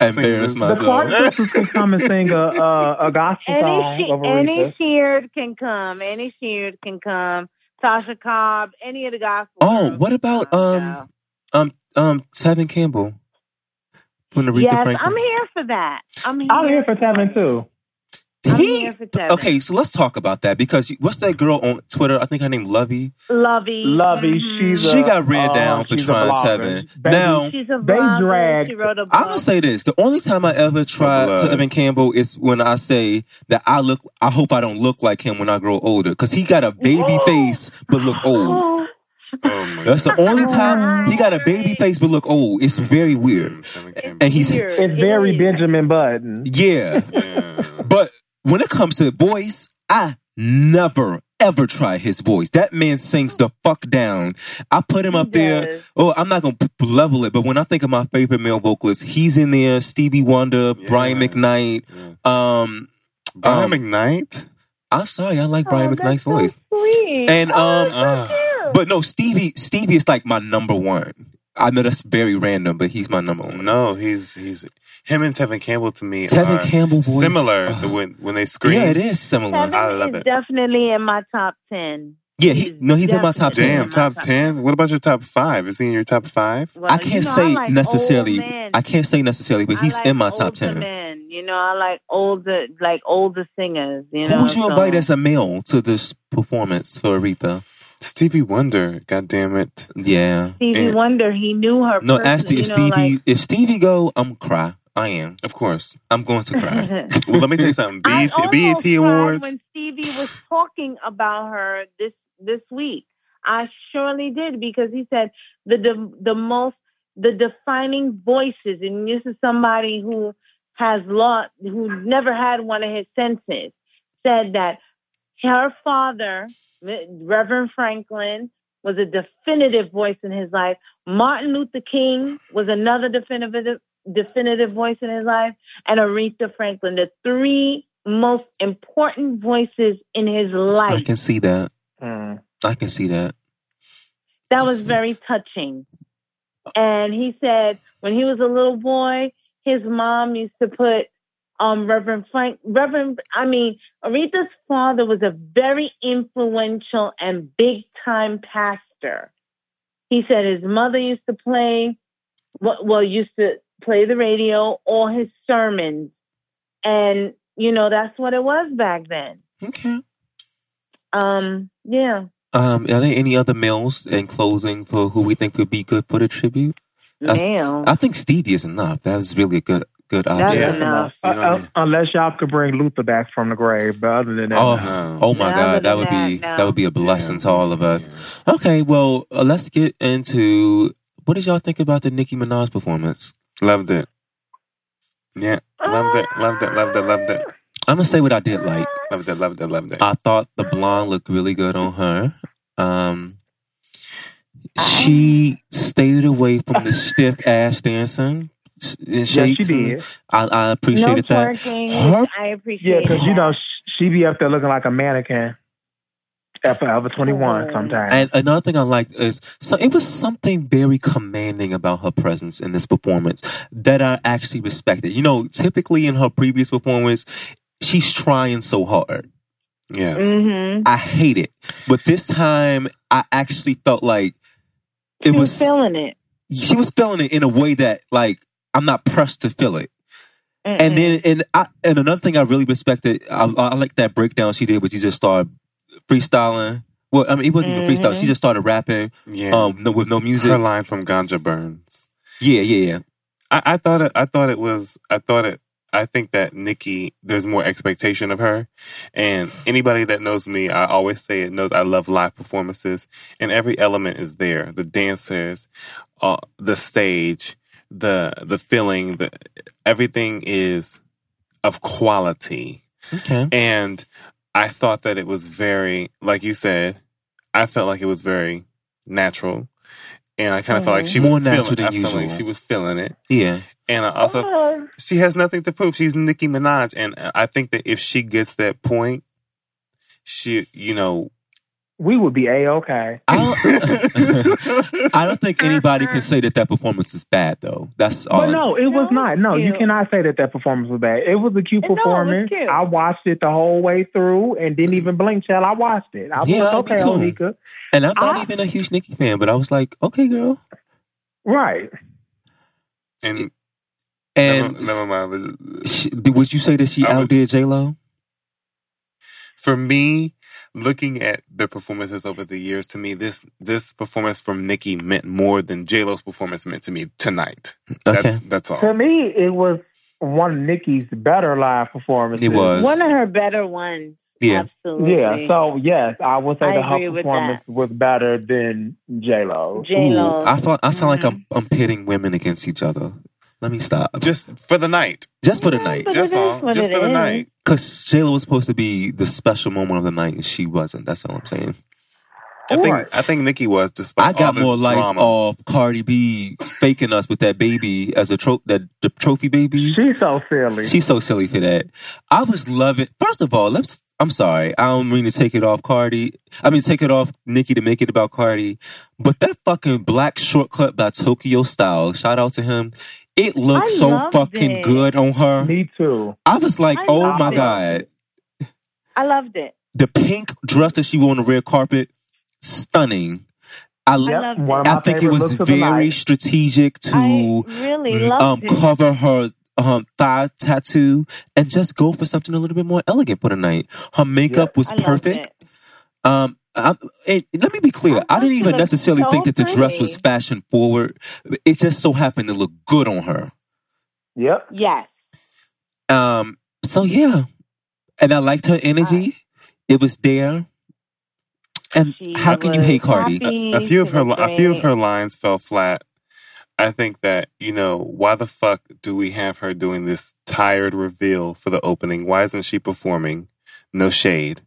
[SPEAKER 5] Um, Embarrass
[SPEAKER 7] sing this.
[SPEAKER 6] the
[SPEAKER 5] myself.
[SPEAKER 6] Clark sisters can come and sing a a, a gospel song
[SPEAKER 4] Any
[SPEAKER 6] of
[SPEAKER 4] she,
[SPEAKER 6] Aretha.
[SPEAKER 4] any sheared can come. Any sheared can come. Tasha Cobb, any of the gospel.
[SPEAKER 5] Oh,
[SPEAKER 4] girls
[SPEAKER 5] what
[SPEAKER 4] can
[SPEAKER 5] about,
[SPEAKER 4] come,
[SPEAKER 5] um,
[SPEAKER 4] y'all.
[SPEAKER 5] Um, um, Tevin Campbell. When Aretha
[SPEAKER 4] yes,
[SPEAKER 5] Franklin.
[SPEAKER 4] I'm here for that. I'm here.
[SPEAKER 6] I'm here for Tevin too.
[SPEAKER 4] I'm
[SPEAKER 5] He-
[SPEAKER 4] here for Tevin.
[SPEAKER 5] Okay, so let's talk about that because you- what's that girl on Twitter? I think her name Lovey.
[SPEAKER 4] Lovey.
[SPEAKER 6] Lovey,
[SPEAKER 4] Mhm.
[SPEAKER 6] she's a,
[SPEAKER 5] She got ran
[SPEAKER 6] uh,
[SPEAKER 5] down for
[SPEAKER 6] she's a
[SPEAKER 5] trying
[SPEAKER 6] blogger.
[SPEAKER 5] Tevin.
[SPEAKER 6] Baby,
[SPEAKER 5] Now-
[SPEAKER 4] she's a
[SPEAKER 6] They
[SPEAKER 4] blogger.
[SPEAKER 6] dragged-
[SPEAKER 4] She wrote a book.
[SPEAKER 5] I'm gonna say this: the only time I ever tried
[SPEAKER 7] blood.
[SPEAKER 5] Tevin Campbell is when I say that I look. I hope I don't look like him when I grow older because he got a baby face but look old.
[SPEAKER 4] Oh,
[SPEAKER 7] Oh my
[SPEAKER 5] That's the
[SPEAKER 7] God.
[SPEAKER 5] only time he got a baby face but look old. It's very weird.
[SPEAKER 7] Seven came
[SPEAKER 5] And he's
[SPEAKER 4] weird.
[SPEAKER 6] it's very
[SPEAKER 4] It is.
[SPEAKER 6] Benjamin Button.
[SPEAKER 5] yeah,
[SPEAKER 7] Yeah.
[SPEAKER 5] but when it comes to voice, I never ever try his voice. That man sings the fuck down. I put him
[SPEAKER 4] He
[SPEAKER 5] up there.
[SPEAKER 4] does.
[SPEAKER 5] Oh, I'm not gonna p- level it, but when I think of my favorite male vocalists, he's in there. Stevie Wonder, Brian
[SPEAKER 7] Yeah.
[SPEAKER 5] McKnight.
[SPEAKER 7] Yeah.
[SPEAKER 5] Um,
[SPEAKER 7] Brian
[SPEAKER 5] Um,
[SPEAKER 7] McKnight?
[SPEAKER 5] I'm sorry, I like
[SPEAKER 4] Oh,
[SPEAKER 5] Brian
[SPEAKER 4] that's
[SPEAKER 5] McKnight's
[SPEAKER 4] so
[SPEAKER 5] voice.
[SPEAKER 4] Sweet.
[SPEAKER 5] And, um,
[SPEAKER 4] oh,
[SPEAKER 7] uh,
[SPEAKER 4] so cute.
[SPEAKER 5] But no, Stevie, Stevie is like my number one. I know that's very random, but he's my number one.
[SPEAKER 7] No, he's he's him and Oh Tevin uh-huh. Campbell to me
[SPEAKER 5] Tevin
[SPEAKER 7] are
[SPEAKER 5] Campbell voice. Uh-huh.
[SPEAKER 7] similar
[SPEAKER 5] Ugh.
[SPEAKER 7] the, when when they scream.
[SPEAKER 5] yeah, it is similar.
[SPEAKER 4] Tevin
[SPEAKER 7] I love
[SPEAKER 4] is
[SPEAKER 7] it.
[SPEAKER 4] definitely in my top ten.
[SPEAKER 5] yeah, he,
[SPEAKER 4] is
[SPEAKER 5] no, he's in my top
[SPEAKER 4] definitely
[SPEAKER 5] ten.
[SPEAKER 7] Damn,
[SPEAKER 4] in my
[SPEAKER 7] top ten. What about your top five? Is he in your top five?
[SPEAKER 4] Well,
[SPEAKER 5] I
[SPEAKER 4] you
[SPEAKER 5] can't
[SPEAKER 4] know,
[SPEAKER 5] say
[SPEAKER 4] like
[SPEAKER 5] necessarily.
[SPEAKER 4] old men.
[SPEAKER 5] I can't say necessarily, but
[SPEAKER 4] I
[SPEAKER 5] he's
[SPEAKER 4] like
[SPEAKER 5] in my top
[SPEAKER 4] older
[SPEAKER 5] ten.
[SPEAKER 4] Men, you know, I like older, like older singers. You know,
[SPEAKER 5] Who would you
[SPEAKER 4] so-
[SPEAKER 5] invite as a male to this performance for Aretha?
[SPEAKER 7] Stevie Wonder. God damn it.
[SPEAKER 5] Yeah.
[SPEAKER 4] Stevie
[SPEAKER 7] And-
[SPEAKER 4] Wonder? He knew her.
[SPEAKER 5] No,
[SPEAKER 4] person,
[SPEAKER 5] actually, if
[SPEAKER 4] you know,
[SPEAKER 5] Stevie if Stevie go, I'm cry. I am.
[SPEAKER 7] Of course.
[SPEAKER 5] I'm going to
[SPEAKER 4] Like,
[SPEAKER 5] cry.
[SPEAKER 7] Well, let me tell you something. E
[SPEAKER 4] I
[SPEAKER 7] BET,
[SPEAKER 4] almost
[SPEAKER 7] BET
[SPEAKER 4] cried
[SPEAKER 7] Awards.
[SPEAKER 4] when Stevie was talking about her this this week. I surely did because he said the the, the most the defining voices, and this is somebody who has lost, who never had one of his senses, said that her father, Reverend Franklin, was a definitive voice in his life. Martin Luther King was another definitive definitive voice in his life and Aretha Franklin, the three most important voices in his
[SPEAKER 5] I
[SPEAKER 4] life.
[SPEAKER 5] can see that.
[SPEAKER 6] Mm.
[SPEAKER 5] I can see that.
[SPEAKER 4] That was very touching. And he said when he was a little boy, his mom used to put um, Reverend Frank, Reverend, I mean, Aretha's father was a very influential and big time pastor. He said his mother used to play, well, well, used to play the radio, all his sermons. And, you know, that's what it was back then.
[SPEAKER 5] Okay.
[SPEAKER 4] Um, yeah.
[SPEAKER 5] Um, are there any other males in closing for who we think would be good for the tribute? That's-
[SPEAKER 4] Now,
[SPEAKER 5] I think Stevie is enough. That was really a good good
[SPEAKER 4] that's
[SPEAKER 5] option.
[SPEAKER 6] yeah.
[SPEAKER 4] enough.
[SPEAKER 6] Uh,
[SPEAKER 7] You know what I
[SPEAKER 6] uh,
[SPEAKER 7] mean?
[SPEAKER 6] unless y'all could bring Luther back from the grave, but other than that,
[SPEAKER 5] Oh,
[SPEAKER 6] no.
[SPEAKER 7] No.
[SPEAKER 5] oh my
[SPEAKER 4] No,
[SPEAKER 5] God, that
[SPEAKER 4] but
[SPEAKER 5] would be
[SPEAKER 4] no, no.
[SPEAKER 5] that would be a blessing to all of us.
[SPEAKER 7] Yeah.
[SPEAKER 5] Okay, well, uh, let's get into what did y'all think about the Nicki Minaj performance?
[SPEAKER 7] Loved it. Yeah. Loved it. Loved it. Loved it. Loved it.
[SPEAKER 5] I'm gonna say what I did like.
[SPEAKER 7] Loved it. Loved it. Loved it.
[SPEAKER 5] I thought the blonde looked really good on her. Um, she stayed away from the stiff ass dancing. s- And
[SPEAKER 6] yeah, she
[SPEAKER 5] shakes and-
[SPEAKER 6] did.
[SPEAKER 5] I, I
[SPEAKER 4] No
[SPEAKER 5] appreciated that.
[SPEAKER 4] twerking.
[SPEAKER 5] Her-
[SPEAKER 4] I
[SPEAKER 6] Yeah,
[SPEAKER 4] appreciate
[SPEAKER 6] because you
[SPEAKER 4] that.
[SPEAKER 6] know sh- she be up there looking like a mannequin at Forever Twenty One
[SPEAKER 4] Oh.
[SPEAKER 6] sometimes.
[SPEAKER 5] And another thing I liked is so it was something very commanding about her presence in this performance that I actually respected. You know, typically in her previous performance, she's trying so hard. um,
[SPEAKER 7] Yes.
[SPEAKER 4] Mm-hmm.
[SPEAKER 5] I hate it. But this time I actually felt like it
[SPEAKER 4] She
[SPEAKER 5] was
[SPEAKER 4] was feeling it.
[SPEAKER 5] she was feeling it in a way that like I'm not pressed to feel it.
[SPEAKER 4] Mm-mm.
[SPEAKER 5] And then and I and another thing I really respected, I, I like that breakdown she did was she just started freestyling. Well, I mean, it wasn't even freestyle. She just started rapping
[SPEAKER 7] Yeah.
[SPEAKER 5] um, no, with no music.
[SPEAKER 7] Her line from Ganja Burns.
[SPEAKER 5] Yeah, yeah, yeah.
[SPEAKER 7] I, I thought it. I thought it was. I thought it. I think that Nikki, there's more expectation of her, and anybody that knows me, I always say it knows I love live performances, and every element is there: the dancers, uh, the stage, the the feeling, the everything is of quality.
[SPEAKER 5] Okay.
[SPEAKER 7] And I thought that it was very, like you said, I felt like it was very natural. And I kind of felt like she
[SPEAKER 5] Mm. More
[SPEAKER 7] was
[SPEAKER 5] natural
[SPEAKER 7] feeling,
[SPEAKER 5] than
[SPEAKER 7] I felt like
[SPEAKER 5] usual.
[SPEAKER 7] she was feeling it.
[SPEAKER 5] Yeah.
[SPEAKER 7] And I also,
[SPEAKER 4] Oh.
[SPEAKER 7] she has nothing to prove. She's Nicki Minaj, and I think that if she gets that point, she, you know,
[SPEAKER 6] We would be a okay.
[SPEAKER 5] I don't, I don't think anybody can say that that performance is bad, though. That's all.
[SPEAKER 6] But no, it was
[SPEAKER 4] No,
[SPEAKER 6] not. No, you
[SPEAKER 4] cute.
[SPEAKER 6] cannot say that that performance was bad. It was a cute
[SPEAKER 4] No, it was
[SPEAKER 6] performance.
[SPEAKER 4] cute.
[SPEAKER 6] I watched it the whole way through and didn't even blink till I watched it. I was
[SPEAKER 5] Yeah, me
[SPEAKER 6] okay,
[SPEAKER 5] too.
[SPEAKER 6] Onika.
[SPEAKER 5] and I'm not
[SPEAKER 6] I-
[SPEAKER 5] even a huge Nicki fan, but I was like, okay, girl.
[SPEAKER 6] Right.
[SPEAKER 7] and
[SPEAKER 5] And
[SPEAKER 7] never, never mind.
[SPEAKER 5] she, would you say that she
[SPEAKER 7] I would-
[SPEAKER 5] outdid J Lo?
[SPEAKER 7] for me, looking at the performances over the years, to me, this this performance from Nikki meant more than J Lo's performance meant to me tonight.
[SPEAKER 5] Okay.
[SPEAKER 7] That's that's
[SPEAKER 6] To
[SPEAKER 7] all.
[SPEAKER 6] me, it was one of Nikki's better live performances.
[SPEAKER 5] It was.
[SPEAKER 4] One of her better ones.
[SPEAKER 5] Yeah.
[SPEAKER 4] Absolutely.
[SPEAKER 6] Yeah, so yes, I would say
[SPEAKER 4] I
[SPEAKER 6] the
[SPEAKER 4] agree
[SPEAKER 6] her
[SPEAKER 4] with
[SPEAKER 6] performance was better than J Lo.
[SPEAKER 4] J Lo.
[SPEAKER 5] Ooh, I thought I sound like
[SPEAKER 4] Mhm.
[SPEAKER 5] I'm I'm pitting women against each other. Let me stop. Just,
[SPEAKER 7] Just for the night.
[SPEAKER 5] just for the
[SPEAKER 4] Yeah,
[SPEAKER 5] night,
[SPEAKER 4] But
[SPEAKER 7] Just
[SPEAKER 4] it is
[SPEAKER 7] all.
[SPEAKER 4] what
[SPEAKER 7] Just
[SPEAKER 4] it
[SPEAKER 7] for the
[SPEAKER 4] is.
[SPEAKER 7] night.
[SPEAKER 5] because J Lo was supposed to be the special moment of the night, and she wasn't. That's all I'm saying.
[SPEAKER 7] I
[SPEAKER 6] Right.
[SPEAKER 7] think I think Nikki was despite
[SPEAKER 5] I got
[SPEAKER 7] all this
[SPEAKER 5] more life
[SPEAKER 7] drama.
[SPEAKER 5] off Cardi B faking us with that baby as a tro- that the trophy baby.
[SPEAKER 6] She's so silly.
[SPEAKER 5] She's so silly for that. I was loving. First of all, let's. I'm sorry. I don't mean to take it off Cardi. I mean take it off Nicki to make it about Cardi. But that fucking black shortcut by Tokyo Style. Shout out to him. It looked
[SPEAKER 4] I
[SPEAKER 5] so
[SPEAKER 4] loved
[SPEAKER 5] fucking
[SPEAKER 4] it.
[SPEAKER 5] good on her.
[SPEAKER 6] me too.
[SPEAKER 5] I was like,
[SPEAKER 4] I
[SPEAKER 5] oh
[SPEAKER 4] loved
[SPEAKER 5] my
[SPEAKER 4] it.
[SPEAKER 5] god,
[SPEAKER 4] I loved it.
[SPEAKER 5] the pink dress that she wore on the red carpet, stunning.
[SPEAKER 4] I
[SPEAKER 5] I,
[SPEAKER 6] Yep,
[SPEAKER 4] loved
[SPEAKER 6] one of
[SPEAKER 4] it.
[SPEAKER 6] my
[SPEAKER 5] I think it
[SPEAKER 6] favorite
[SPEAKER 5] was
[SPEAKER 6] looks of the
[SPEAKER 5] very
[SPEAKER 6] night.
[SPEAKER 5] strategic to
[SPEAKER 4] I really loved
[SPEAKER 5] um,
[SPEAKER 4] it.
[SPEAKER 5] cover her um, thigh tattoo and just go for something a little bit more elegant for the night. Her makeup was
[SPEAKER 4] I loved
[SPEAKER 5] perfect.
[SPEAKER 4] it.
[SPEAKER 5] Um, I, it, let me be clear.
[SPEAKER 4] I thought
[SPEAKER 5] I, didn't
[SPEAKER 4] she
[SPEAKER 5] even
[SPEAKER 4] looked
[SPEAKER 5] necessarily
[SPEAKER 4] so
[SPEAKER 5] think that the dress was
[SPEAKER 4] pretty.
[SPEAKER 5] fashion forward. It just so happened to look good on her.
[SPEAKER 6] Yep.
[SPEAKER 4] Yes.
[SPEAKER 5] Um, so yeah, and I liked her energy. it was there. And
[SPEAKER 4] She
[SPEAKER 5] how can you
[SPEAKER 4] was
[SPEAKER 5] hate Cardi?
[SPEAKER 4] happy.
[SPEAKER 7] a few of
[SPEAKER 4] She
[SPEAKER 7] her
[SPEAKER 4] looked
[SPEAKER 7] a few of
[SPEAKER 4] great.
[SPEAKER 7] her lines fell flat. I think that you know why the fuck do we have her doing this tired reveal for the opening? Why isn't she performing? No shade.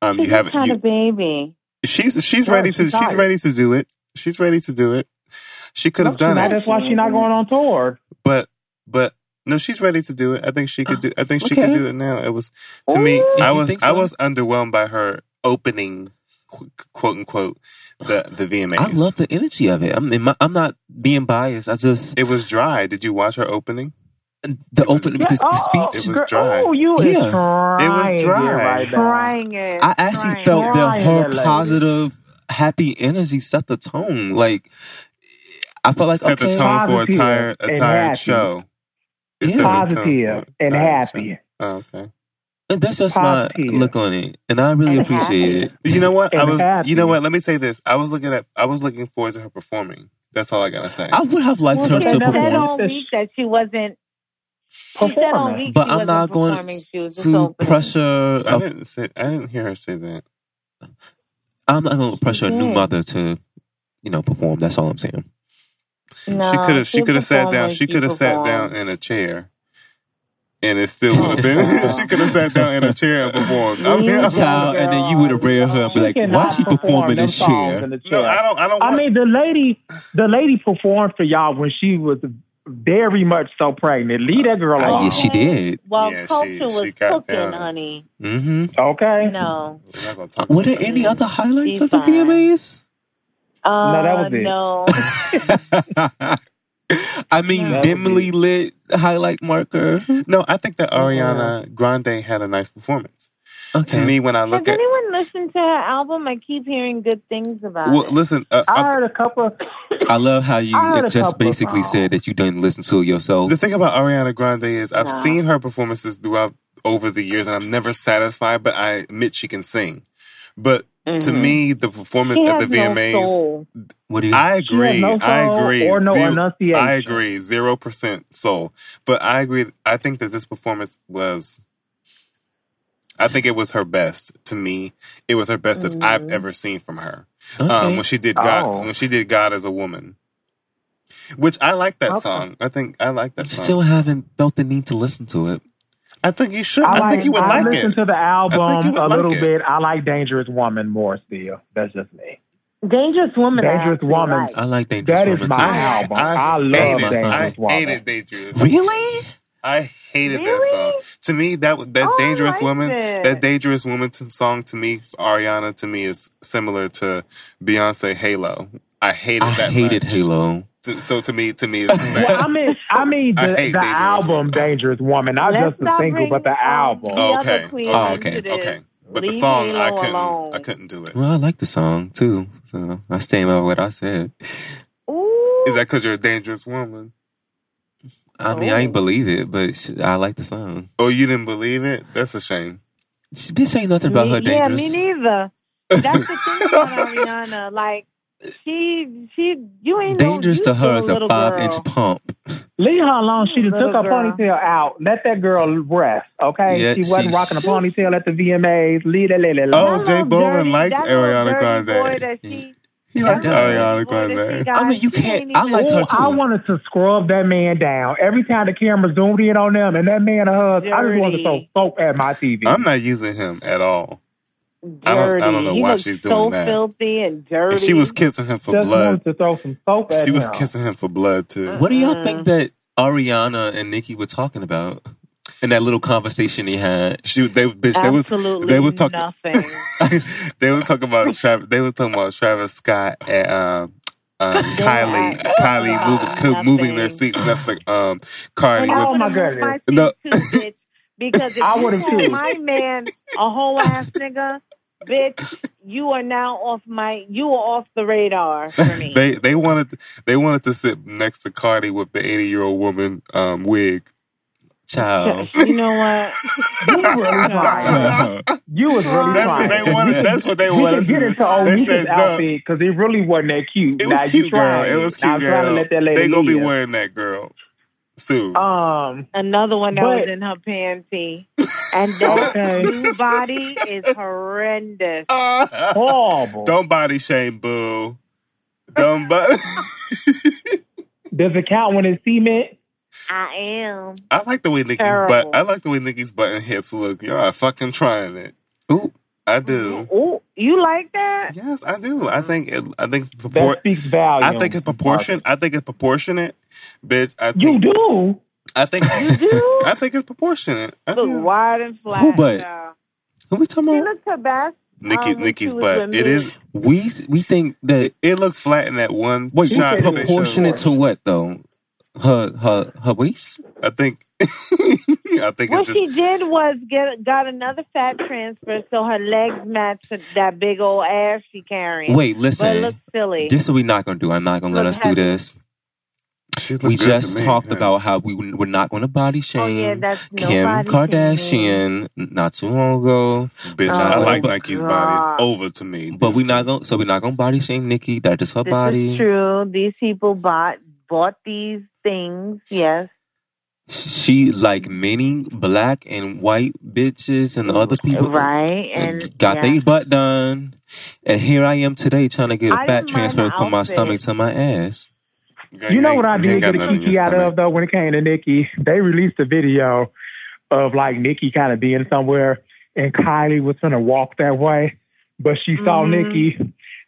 [SPEAKER 7] Um,
[SPEAKER 4] She
[SPEAKER 7] you
[SPEAKER 4] just
[SPEAKER 7] haven't.
[SPEAKER 4] had
[SPEAKER 7] you-
[SPEAKER 4] a baby.
[SPEAKER 7] she's she's
[SPEAKER 6] Yeah,
[SPEAKER 7] ready to
[SPEAKER 6] she's
[SPEAKER 7] she's
[SPEAKER 6] tired.
[SPEAKER 7] ready to do it. She's ready to do it. She could have
[SPEAKER 6] No, she
[SPEAKER 7] done
[SPEAKER 6] not-
[SPEAKER 7] it,
[SPEAKER 6] That's why she's not going on tour.
[SPEAKER 7] but but no, she's ready to do it. I think she could do. I think she could
[SPEAKER 5] Okay.
[SPEAKER 7] do it now. It was to me.
[SPEAKER 6] Oh.
[SPEAKER 5] You
[SPEAKER 7] I
[SPEAKER 5] think
[SPEAKER 7] was
[SPEAKER 5] so?
[SPEAKER 7] I was underwhelmed by her opening, qu- quote unquote, the the VMAs.
[SPEAKER 5] I love the energy of it. I'm, I'm not being biased. I just
[SPEAKER 7] It was dry. Did you watch her opening?
[SPEAKER 5] the ultimate
[SPEAKER 4] Yeah,
[SPEAKER 5] the,
[SPEAKER 6] Oh,
[SPEAKER 5] the speech.
[SPEAKER 7] It was dry.
[SPEAKER 4] Oh, you
[SPEAKER 5] Yeah. It
[SPEAKER 4] yeah. trying
[SPEAKER 5] was
[SPEAKER 4] it
[SPEAKER 7] dry.
[SPEAKER 4] right now. Trying it.
[SPEAKER 5] I actually
[SPEAKER 4] trying
[SPEAKER 5] felt
[SPEAKER 4] it.
[SPEAKER 5] that
[SPEAKER 6] Right,
[SPEAKER 5] her
[SPEAKER 6] that lady.
[SPEAKER 5] positive, happy energy set the tone. Like I felt like
[SPEAKER 7] set
[SPEAKER 5] okay,
[SPEAKER 7] the tone for a
[SPEAKER 6] Positive
[SPEAKER 7] tired, a
[SPEAKER 6] and
[SPEAKER 7] tired
[SPEAKER 6] happy.
[SPEAKER 7] show. It
[SPEAKER 5] Yeah.
[SPEAKER 7] set the tone
[SPEAKER 6] Positive
[SPEAKER 7] for a
[SPEAKER 6] and
[SPEAKER 7] tired show.
[SPEAKER 6] happy.
[SPEAKER 7] Oh, okay.
[SPEAKER 5] and that's just
[SPEAKER 6] Positive.
[SPEAKER 5] my look on it, and I really
[SPEAKER 4] And
[SPEAKER 5] appreciate it.
[SPEAKER 7] You know what? I
[SPEAKER 6] And
[SPEAKER 7] was.
[SPEAKER 6] happy.
[SPEAKER 7] You know what? Let me say this. I was looking at. I was looking forward to her performing. That's all I gotta say.
[SPEAKER 5] I would have liked
[SPEAKER 4] Well,
[SPEAKER 5] her
[SPEAKER 4] she
[SPEAKER 5] to
[SPEAKER 6] that's-
[SPEAKER 4] said
[SPEAKER 5] perform,
[SPEAKER 4] all week that she wasn't. She said all
[SPEAKER 6] Performing.
[SPEAKER 4] week
[SPEAKER 5] but
[SPEAKER 4] she
[SPEAKER 5] I'm
[SPEAKER 4] wasn't
[SPEAKER 5] not
[SPEAKER 4] performing.
[SPEAKER 5] going
[SPEAKER 4] She was just
[SPEAKER 5] to
[SPEAKER 4] opening.
[SPEAKER 5] pressure.
[SPEAKER 7] I
[SPEAKER 5] A,
[SPEAKER 7] didn't say. I didn't hear her say that.
[SPEAKER 5] I'm not going to pressure a new
[SPEAKER 4] Yeah.
[SPEAKER 5] mother to, you know, perform. That's all I'm saying.
[SPEAKER 4] No,
[SPEAKER 7] she could have. She
[SPEAKER 4] she'll
[SPEAKER 7] could have sat
[SPEAKER 4] perform
[SPEAKER 7] down.
[SPEAKER 4] when
[SPEAKER 7] She could have sat down
[SPEAKER 4] performs.
[SPEAKER 7] in a chair, and it still would have been. she could have sat down in a chair and performed. I mean,
[SPEAKER 4] You
[SPEAKER 7] I'm-
[SPEAKER 5] Child, and then you would have read her and be like,
[SPEAKER 6] She
[SPEAKER 5] "Why
[SPEAKER 6] cannot
[SPEAKER 5] she
[SPEAKER 6] perform
[SPEAKER 5] performing
[SPEAKER 6] them
[SPEAKER 5] this
[SPEAKER 6] songs
[SPEAKER 5] chair?"
[SPEAKER 6] in the
[SPEAKER 7] no, I don't. I don't.
[SPEAKER 6] I
[SPEAKER 7] want-
[SPEAKER 6] mean, the lady, the lady performed for y'all when she was very much so pregnant. Leave that
[SPEAKER 4] Oh,
[SPEAKER 6] girl
[SPEAKER 5] Ah,
[SPEAKER 6] alone.
[SPEAKER 5] yeah, she did.
[SPEAKER 4] Well,
[SPEAKER 7] Yeah, she-
[SPEAKER 4] culture was
[SPEAKER 7] she got
[SPEAKER 4] cooking,
[SPEAKER 7] down.
[SPEAKER 4] honey.
[SPEAKER 5] Mm-hmm.
[SPEAKER 6] Okay.
[SPEAKER 4] No,
[SPEAKER 7] We're not gonna talk
[SPEAKER 5] Were there
[SPEAKER 7] about
[SPEAKER 5] any
[SPEAKER 7] that.
[SPEAKER 5] other highlights
[SPEAKER 4] She's
[SPEAKER 5] of the
[SPEAKER 4] fine.
[SPEAKER 5] VMAs?
[SPEAKER 4] uh,
[SPEAKER 6] that was it.
[SPEAKER 4] No,
[SPEAKER 5] I mean,
[SPEAKER 6] No.
[SPEAKER 5] dimly lit highlight marker.
[SPEAKER 7] No, I think that Ariana Grande had a nice performance.
[SPEAKER 5] Okay.
[SPEAKER 7] To me, when I look at
[SPEAKER 4] Has anyone listened to her album? I keep hearing good things about
[SPEAKER 7] well,
[SPEAKER 4] it.
[SPEAKER 7] listen, uh,
[SPEAKER 6] I
[SPEAKER 7] I-
[SPEAKER 6] heard a couple of
[SPEAKER 5] I love how you
[SPEAKER 6] I heard a
[SPEAKER 5] just
[SPEAKER 6] couple of
[SPEAKER 5] basically
[SPEAKER 6] songs.
[SPEAKER 5] said that you didn't listen to it yourself.
[SPEAKER 7] the thing about Ariana Grande is I've
[SPEAKER 4] No.
[SPEAKER 7] seen her performances throughout over the years, and I'm never satisfied. But I admit she can sing. But to
[SPEAKER 4] Mhm.
[SPEAKER 7] me, the performance
[SPEAKER 4] she
[SPEAKER 7] at
[SPEAKER 4] has
[SPEAKER 7] the VMAs,
[SPEAKER 4] no soul.
[SPEAKER 5] What do you?
[SPEAKER 7] I
[SPEAKER 6] she has
[SPEAKER 7] agree.
[SPEAKER 6] no soul
[SPEAKER 7] I agree.
[SPEAKER 6] or no
[SPEAKER 7] Zero-
[SPEAKER 6] enunciation.
[SPEAKER 7] I agree, zero percent soul. But I agree. I think that this performance was, I think it was her best to me. It was her best that I've
[SPEAKER 4] Mhm.
[SPEAKER 7] ever seen from her.
[SPEAKER 5] Oh, okay.
[SPEAKER 7] Um, when she did God,
[SPEAKER 6] Mm-hmm. Oh.
[SPEAKER 7] when she did God as a woman, which I like that
[SPEAKER 6] Okay.
[SPEAKER 7] song. I think I like that song.
[SPEAKER 5] Still haven't felt the need to listen to it.
[SPEAKER 7] I think you should. I,
[SPEAKER 6] I, like,
[SPEAKER 7] think you would
[SPEAKER 6] I
[SPEAKER 7] like
[SPEAKER 6] listened
[SPEAKER 7] it.
[SPEAKER 6] to the
[SPEAKER 7] I think you
[SPEAKER 6] album
[SPEAKER 7] would
[SPEAKER 6] a
[SPEAKER 7] like
[SPEAKER 6] little
[SPEAKER 7] it.
[SPEAKER 6] bit. I like Dangerous Woman more still. That's just me.
[SPEAKER 4] Dangerous woman. I
[SPEAKER 6] Dangerous
[SPEAKER 4] actually
[SPEAKER 6] Woman.
[SPEAKER 4] like.
[SPEAKER 5] I like Dangerous
[SPEAKER 6] That is
[SPEAKER 5] Woman
[SPEAKER 6] my
[SPEAKER 5] too.
[SPEAKER 6] album. I love
[SPEAKER 7] hated-
[SPEAKER 5] Dangerous
[SPEAKER 7] I
[SPEAKER 6] Woman.
[SPEAKER 7] hated Dangerous.
[SPEAKER 5] Really?
[SPEAKER 7] I hated that
[SPEAKER 4] Really?
[SPEAKER 7] song. To me, that was- that
[SPEAKER 4] Oh, I
[SPEAKER 7] dangerous
[SPEAKER 4] liked
[SPEAKER 7] woman,
[SPEAKER 4] it.
[SPEAKER 7] that dangerous woman t- song to me, Ariana to me is similar to Beyonce Halo. I hated
[SPEAKER 5] I
[SPEAKER 7] that.
[SPEAKER 5] hated
[SPEAKER 7] much.
[SPEAKER 5] Halo.
[SPEAKER 7] So, so to me, to me, it's the same.
[SPEAKER 6] Well, I mean, I mean
[SPEAKER 7] I
[SPEAKER 6] the,
[SPEAKER 7] hate
[SPEAKER 6] the
[SPEAKER 7] Dangerous
[SPEAKER 6] album
[SPEAKER 7] Woman.
[SPEAKER 6] "Dangerous Woman," not
[SPEAKER 4] Let's
[SPEAKER 6] just the single,
[SPEAKER 4] bring
[SPEAKER 6] but the
[SPEAKER 4] up
[SPEAKER 6] album.
[SPEAKER 4] the
[SPEAKER 7] Oh,
[SPEAKER 4] other
[SPEAKER 7] okay.
[SPEAKER 4] queen
[SPEAKER 5] Oh,
[SPEAKER 4] into
[SPEAKER 5] okay.
[SPEAKER 4] this.
[SPEAKER 7] okay, but the
[SPEAKER 4] Leave
[SPEAKER 7] song I
[SPEAKER 4] Halo
[SPEAKER 7] couldn't,
[SPEAKER 4] alone.
[SPEAKER 7] I couldn't do it.
[SPEAKER 5] Well, I like the song too, so I stand by what I said.
[SPEAKER 4] Ooh.
[SPEAKER 7] Is that because you're a dangerous woman?
[SPEAKER 5] I mean, I ain't
[SPEAKER 4] Oh.
[SPEAKER 5] believe it, but sh- I like the song.
[SPEAKER 7] Oh, you didn't believe it? That's a shame.
[SPEAKER 5] This bitch ain't nothing about her
[SPEAKER 4] Me- yeah,
[SPEAKER 5] dangerous.
[SPEAKER 4] me neither. That's the thing about Ariana. Like she, she, you ain't no-
[SPEAKER 5] dangerous
[SPEAKER 4] you
[SPEAKER 5] to her is
[SPEAKER 4] still
[SPEAKER 5] a
[SPEAKER 4] little
[SPEAKER 5] five
[SPEAKER 4] girl.
[SPEAKER 5] inch pump.
[SPEAKER 6] Leave her alone. She just
[SPEAKER 4] Little
[SPEAKER 6] took her
[SPEAKER 4] girl.
[SPEAKER 6] ponytail out. Let that girl rest, okay?
[SPEAKER 5] Yeah,
[SPEAKER 6] she wasn't
[SPEAKER 5] she-
[SPEAKER 6] rocking a ponytail at the VMAs. Leave that lady
[SPEAKER 7] Oh,
[SPEAKER 6] alone.
[SPEAKER 4] That
[SPEAKER 7] Jay
[SPEAKER 4] little
[SPEAKER 7] Bowen
[SPEAKER 4] dirty-
[SPEAKER 7] liked
[SPEAKER 4] that little
[SPEAKER 7] Ariana
[SPEAKER 4] dirty
[SPEAKER 7] Grande.
[SPEAKER 4] boy that she-
[SPEAKER 7] He
[SPEAKER 5] Yeah,
[SPEAKER 7] liked
[SPEAKER 5] I
[SPEAKER 4] that little dirty
[SPEAKER 7] Ariana
[SPEAKER 4] boy that she
[SPEAKER 7] Grande.
[SPEAKER 4] got,
[SPEAKER 5] I mean, you
[SPEAKER 4] she
[SPEAKER 5] can't-
[SPEAKER 4] ain't
[SPEAKER 5] I
[SPEAKER 4] even-
[SPEAKER 5] like her
[SPEAKER 6] Ooh, I
[SPEAKER 5] too.
[SPEAKER 6] wanted to scrub that man down. Every time the camera zoomed in on them and that man hugged, I just wanted to throw
[SPEAKER 4] Dirty.
[SPEAKER 6] soap at my TV.
[SPEAKER 7] I'm not using him at all. I don't- I don't know
[SPEAKER 4] Dirty. He
[SPEAKER 7] why
[SPEAKER 4] looked
[SPEAKER 7] she's
[SPEAKER 4] so
[SPEAKER 7] doing that.
[SPEAKER 4] filthy and dirty.
[SPEAKER 7] And she was kissing him for
[SPEAKER 6] just
[SPEAKER 7] blood.
[SPEAKER 6] wanted to throw some soap at
[SPEAKER 7] She was
[SPEAKER 6] him.
[SPEAKER 7] kissing him for blood too.
[SPEAKER 5] What do y'all
[SPEAKER 4] Mm.
[SPEAKER 5] think that Ariana and Nikki were talking about in that little conversation they had?
[SPEAKER 7] She they bitch they was
[SPEAKER 4] Absolutely
[SPEAKER 7] they was talking
[SPEAKER 4] nothing.
[SPEAKER 7] they was talking about Travis they was talking about Travis Scott and um, um,
[SPEAKER 4] They
[SPEAKER 7] Kylie
[SPEAKER 4] act-
[SPEAKER 7] Kylie moving co-
[SPEAKER 4] Nothing.
[SPEAKER 7] moving their seats next to um Cardi.
[SPEAKER 4] And I
[SPEAKER 6] Oh,
[SPEAKER 7] With,
[SPEAKER 6] my
[SPEAKER 4] would've moved
[SPEAKER 6] goodness.
[SPEAKER 4] my
[SPEAKER 7] No.
[SPEAKER 4] seat too, bitch, because if
[SPEAKER 6] I
[SPEAKER 4] you
[SPEAKER 6] would've
[SPEAKER 4] call
[SPEAKER 6] too.
[SPEAKER 4] my man a whole ass nigga, bitch, you are now off my you are off the radar for
[SPEAKER 6] Oh.
[SPEAKER 4] me.
[SPEAKER 7] they they wanted they wanted to sit next to Cardi with the eighty year old woman um wig.
[SPEAKER 5] Child.
[SPEAKER 4] you know what?
[SPEAKER 6] You was really trying. You was really
[SPEAKER 7] That's what
[SPEAKER 6] trying.
[SPEAKER 7] they wanted. That's what they
[SPEAKER 6] We
[SPEAKER 7] wanted.
[SPEAKER 6] could get
[SPEAKER 7] to-
[SPEAKER 6] into old
[SPEAKER 7] they
[SPEAKER 6] Nika's
[SPEAKER 7] said no.
[SPEAKER 6] outfit because it really wasn't that cute.
[SPEAKER 7] It
[SPEAKER 6] now,
[SPEAKER 7] was cute,
[SPEAKER 6] you trying.
[SPEAKER 7] girl. It was
[SPEAKER 6] Now,
[SPEAKER 7] cute,
[SPEAKER 6] I'm trying to
[SPEAKER 7] girl.
[SPEAKER 6] let that lady
[SPEAKER 7] They gonna be
[SPEAKER 6] live.
[SPEAKER 7] wearing that girl soon.
[SPEAKER 6] Um,
[SPEAKER 4] Another one that was
[SPEAKER 6] But-
[SPEAKER 4] in her panty. And that
[SPEAKER 6] Okay.
[SPEAKER 4] new body is horrendous.
[SPEAKER 6] Oh. horrible.
[SPEAKER 7] Don't body shame, boo. Don't body.
[SPEAKER 6] Does it count when it's cement?
[SPEAKER 4] I am.
[SPEAKER 7] I like the way Nikki's
[SPEAKER 4] Terrible.
[SPEAKER 7] butt. I like the way Nikki's butt and hips look. Y'all are fucking trying it.
[SPEAKER 5] Ooh,
[SPEAKER 7] I do.
[SPEAKER 4] Oh, you like that?
[SPEAKER 7] Yes, I do.
[SPEAKER 6] Mm-hmm.
[SPEAKER 7] I think. It, I think it's
[SPEAKER 6] That
[SPEAKER 7] propor-
[SPEAKER 6] speaks value.
[SPEAKER 7] I think it's proportion. I think it's proportionate, bitch. I think.
[SPEAKER 6] You do.
[SPEAKER 7] I think.
[SPEAKER 4] You do?
[SPEAKER 7] I think it's proportionate. I
[SPEAKER 4] Look
[SPEAKER 7] do.
[SPEAKER 4] wide and flat.
[SPEAKER 5] Who but?
[SPEAKER 4] child.
[SPEAKER 5] who we talking
[SPEAKER 4] She
[SPEAKER 5] about?
[SPEAKER 4] looked her best.
[SPEAKER 7] Nikki,
[SPEAKER 4] um, when
[SPEAKER 7] Nikki's
[SPEAKER 4] she was
[SPEAKER 7] butt.
[SPEAKER 4] with
[SPEAKER 7] It
[SPEAKER 4] me.
[SPEAKER 7] is.
[SPEAKER 5] We we think that
[SPEAKER 7] It looks flat in that one
[SPEAKER 5] wait
[SPEAKER 7] shot.
[SPEAKER 6] said
[SPEAKER 7] that they showed.
[SPEAKER 5] proportionate to what though? Her her her waist.
[SPEAKER 7] I think. I think it
[SPEAKER 4] What
[SPEAKER 7] just
[SPEAKER 4] she did was get got another fat transfer so her legs match that big old ass she carrying.
[SPEAKER 5] Wait,
[SPEAKER 4] but it
[SPEAKER 5] listen.
[SPEAKER 4] looks silly.
[SPEAKER 5] This is what we're not gonna do. I'm not gonna let
[SPEAKER 4] Look
[SPEAKER 5] us do
[SPEAKER 4] happy.
[SPEAKER 5] this.
[SPEAKER 7] She looked
[SPEAKER 5] We
[SPEAKER 7] good to
[SPEAKER 5] just
[SPEAKER 7] me,
[SPEAKER 5] talked
[SPEAKER 7] yeah.
[SPEAKER 5] about how we we're not gonna body shame
[SPEAKER 4] oh yeah, that's
[SPEAKER 5] Kim
[SPEAKER 4] nobody can do.
[SPEAKER 5] Kardashian not too long ago.
[SPEAKER 7] bitch.
[SPEAKER 4] Oh,
[SPEAKER 7] I like
[SPEAKER 5] but-
[SPEAKER 7] Nike's body.
[SPEAKER 4] God.
[SPEAKER 7] It's over to me.
[SPEAKER 5] But we not gonna so we're not gonna body shame Nikki. That is her
[SPEAKER 4] This
[SPEAKER 5] body.
[SPEAKER 4] is true. These people bought bought these things. Yes,
[SPEAKER 5] She like many black and white bitches and other people
[SPEAKER 4] right, and
[SPEAKER 5] uh, got
[SPEAKER 4] yeah.
[SPEAKER 5] they butt done. And here I am today trying to get a
[SPEAKER 4] I didn't
[SPEAKER 5] fat
[SPEAKER 4] mind
[SPEAKER 5] transfer
[SPEAKER 4] the
[SPEAKER 5] from my
[SPEAKER 4] outfit.
[SPEAKER 5] stomach to my ass.
[SPEAKER 7] Girl,
[SPEAKER 6] You know
[SPEAKER 7] ain't-
[SPEAKER 6] what
[SPEAKER 7] you
[SPEAKER 6] I
[SPEAKER 7] ain't
[SPEAKER 6] did
[SPEAKER 7] got
[SPEAKER 6] get a
[SPEAKER 7] nothing eh? in your
[SPEAKER 6] kiki out
[SPEAKER 7] stomach.
[SPEAKER 6] of though when it came to Nikki? They released a video of like Nikki kind of being somewhere and Kylie was gonna walk that way, but she saw
[SPEAKER 4] Mhm.
[SPEAKER 6] Nikki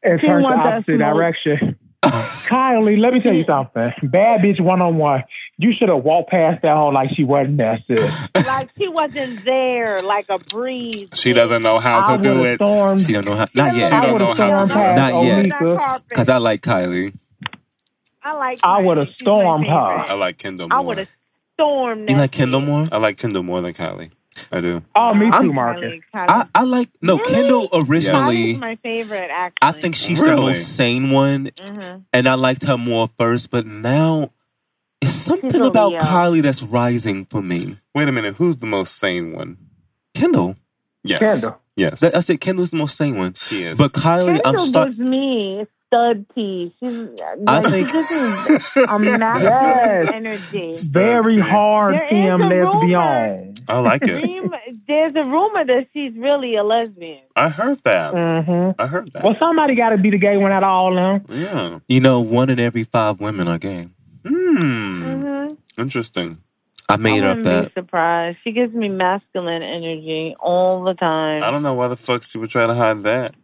[SPEAKER 6] and
[SPEAKER 4] She
[SPEAKER 6] turned the
[SPEAKER 4] wants that
[SPEAKER 6] opposite
[SPEAKER 4] smoke.
[SPEAKER 6] direction. Kylie, let me tell you something. Bad bitch one on one. You should have walked past that hole like she wasn't that sis.
[SPEAKER 4] like she wasn't there, like a breeze.
[SPEAKER 7] She doesn't know how
[SPEAKER 6] I
[SPEAKER 7] to do
[SPEAKER 6] would have
[SPEAKER 7] it.
[SPEAKER 5] She
[SPEAKER 6] stormed.
[SPEAKER 5] don't know how not
[SPEAKER 7] She
[SPEAKER 5] yet.
[SPEAKER 7] don't
[SPEAKER 6] I would
[SPEAKER 7] know
[SPEAKER 6] have
[SPEAKER 7] how to
[SPEAKER 6] stormed
[SPEAKER 7] do it.
[SPEAKER 6] past
[SPEAKER 5] Not yet.
[SPEAKER 6] Onika.
[SPEAKER 5] Cause I like Kylie.
[SPEAKER 4] I like.
[SPEAKER 6] I
[SPEAKER 4] her.
[SPEAKER 6] would've
[SPEAKER 4] She's my
[SPEAKER 6] stormed her.
[SPEAKER 4] favorite.
[SPEAKER 7] I like Kendall
[SPEAKER 4] I
[SPEAKER 7] more.
[SPEAKER 4] would have stormed.
[SPEAKER 5] You
[SPEAKER 4] that
[SPEAKER 5] like Kendall
[SPEAKER 4] bitch.
[SPEAKER 5] more?
[SPEAKER 7] I like Kendall more than Kylie. I do.
[SPEAKER 6] Oh, me
[SPEAKER 5] I'm-
[SPEAKER 6] too, Marcus.
[SPEAKER 4] Kylie-
[SPEAKER 5] I, I like no
[SPEAKER 4] Really?
[SPEAKER 5] Kendall
[SPEAKER 4] Kylie
[SPEAKER 5] originally.
[SPEAKER 4] is my favorite. Actually,
[SPEAKER 5] I think she's the
[SPEAKER 7] Really?
[SPEAKER 5] most sane one,
[SPEAKER 4] hmm
[SPEAKER 5] and I liked her more first. But now, it's something
[SPEAKER 4] a
[SPEAKER 5] about
[SPEAKER 4] Leo.
[SPEAKER 5] Kylie that's rising for me.
[SPEAKER 7] Wait a minute. Who's the most sane one?
[SPEAKER 5] Kendall.
[SPEAKER 7] Yes.
[SPEAKER 6] Kendall.
[SPEAKER 7] Yes.
[SPEAKER 5] That- I said Kendall's the most sane one.
[SPEAKER 7] she is.
[SPEAKER 5] But Kylie,
[SPEAKER 4] Kendall
[SPEAKER 5] I'm start.
[SPEAKER 4] gives me stud tea. She's
[SPEAKER 5] I
[SPEAKER 4] like,
[SPEAKER 5] think-
[SPEAKER 4] she gives me a masculine
[SPEAKER 6] Yes.
[SPEAKER 4] energy.
[SPEAKER 6] Very
[SPEAKER 7] Thirteen.
[SPEAKER 6] hard
[SPEAKER 4] There is
[SPEAKER 6] Tim
[SPEAKER 4] a rumor.
[SPEAKER 6] lesbian.
[SPEAKER 7] I like it.
[SPEAKER 4] Dream, there's a rumor that she's really a lesbian.
[SPEAKER 7] I heard
[SPEAKER 4] Uh,
[SPEAKER 7] that.
[SPEAKER 6] Mm-hmm.
[SPEAKER 7] I heard that.
[SPEAKER 6] Well, somebody got to be the gay one out of all of them.
[SPEAKER 7] Yeah.
[SPEAKER 5] You know, one in every five women are gay.
[SPEAKER 7] Hmm.
[SPEAKER 4] Mm-hmm.
[SPEAKER 7] Interesting.
[SPEAKER 5] I
[SPEAKER 4] I
[SPEAKER 5] Mm. made up
[SPEAKER 4] wouldn't
[SPEAKER 5] that.
[SPEAKER 4] be surprised. She gives me masculine energy all the
[SPEAKER 7] I
[SPEAKER 4] time.
[SPEAKER 7] don't know why the fuck she would try to hide that.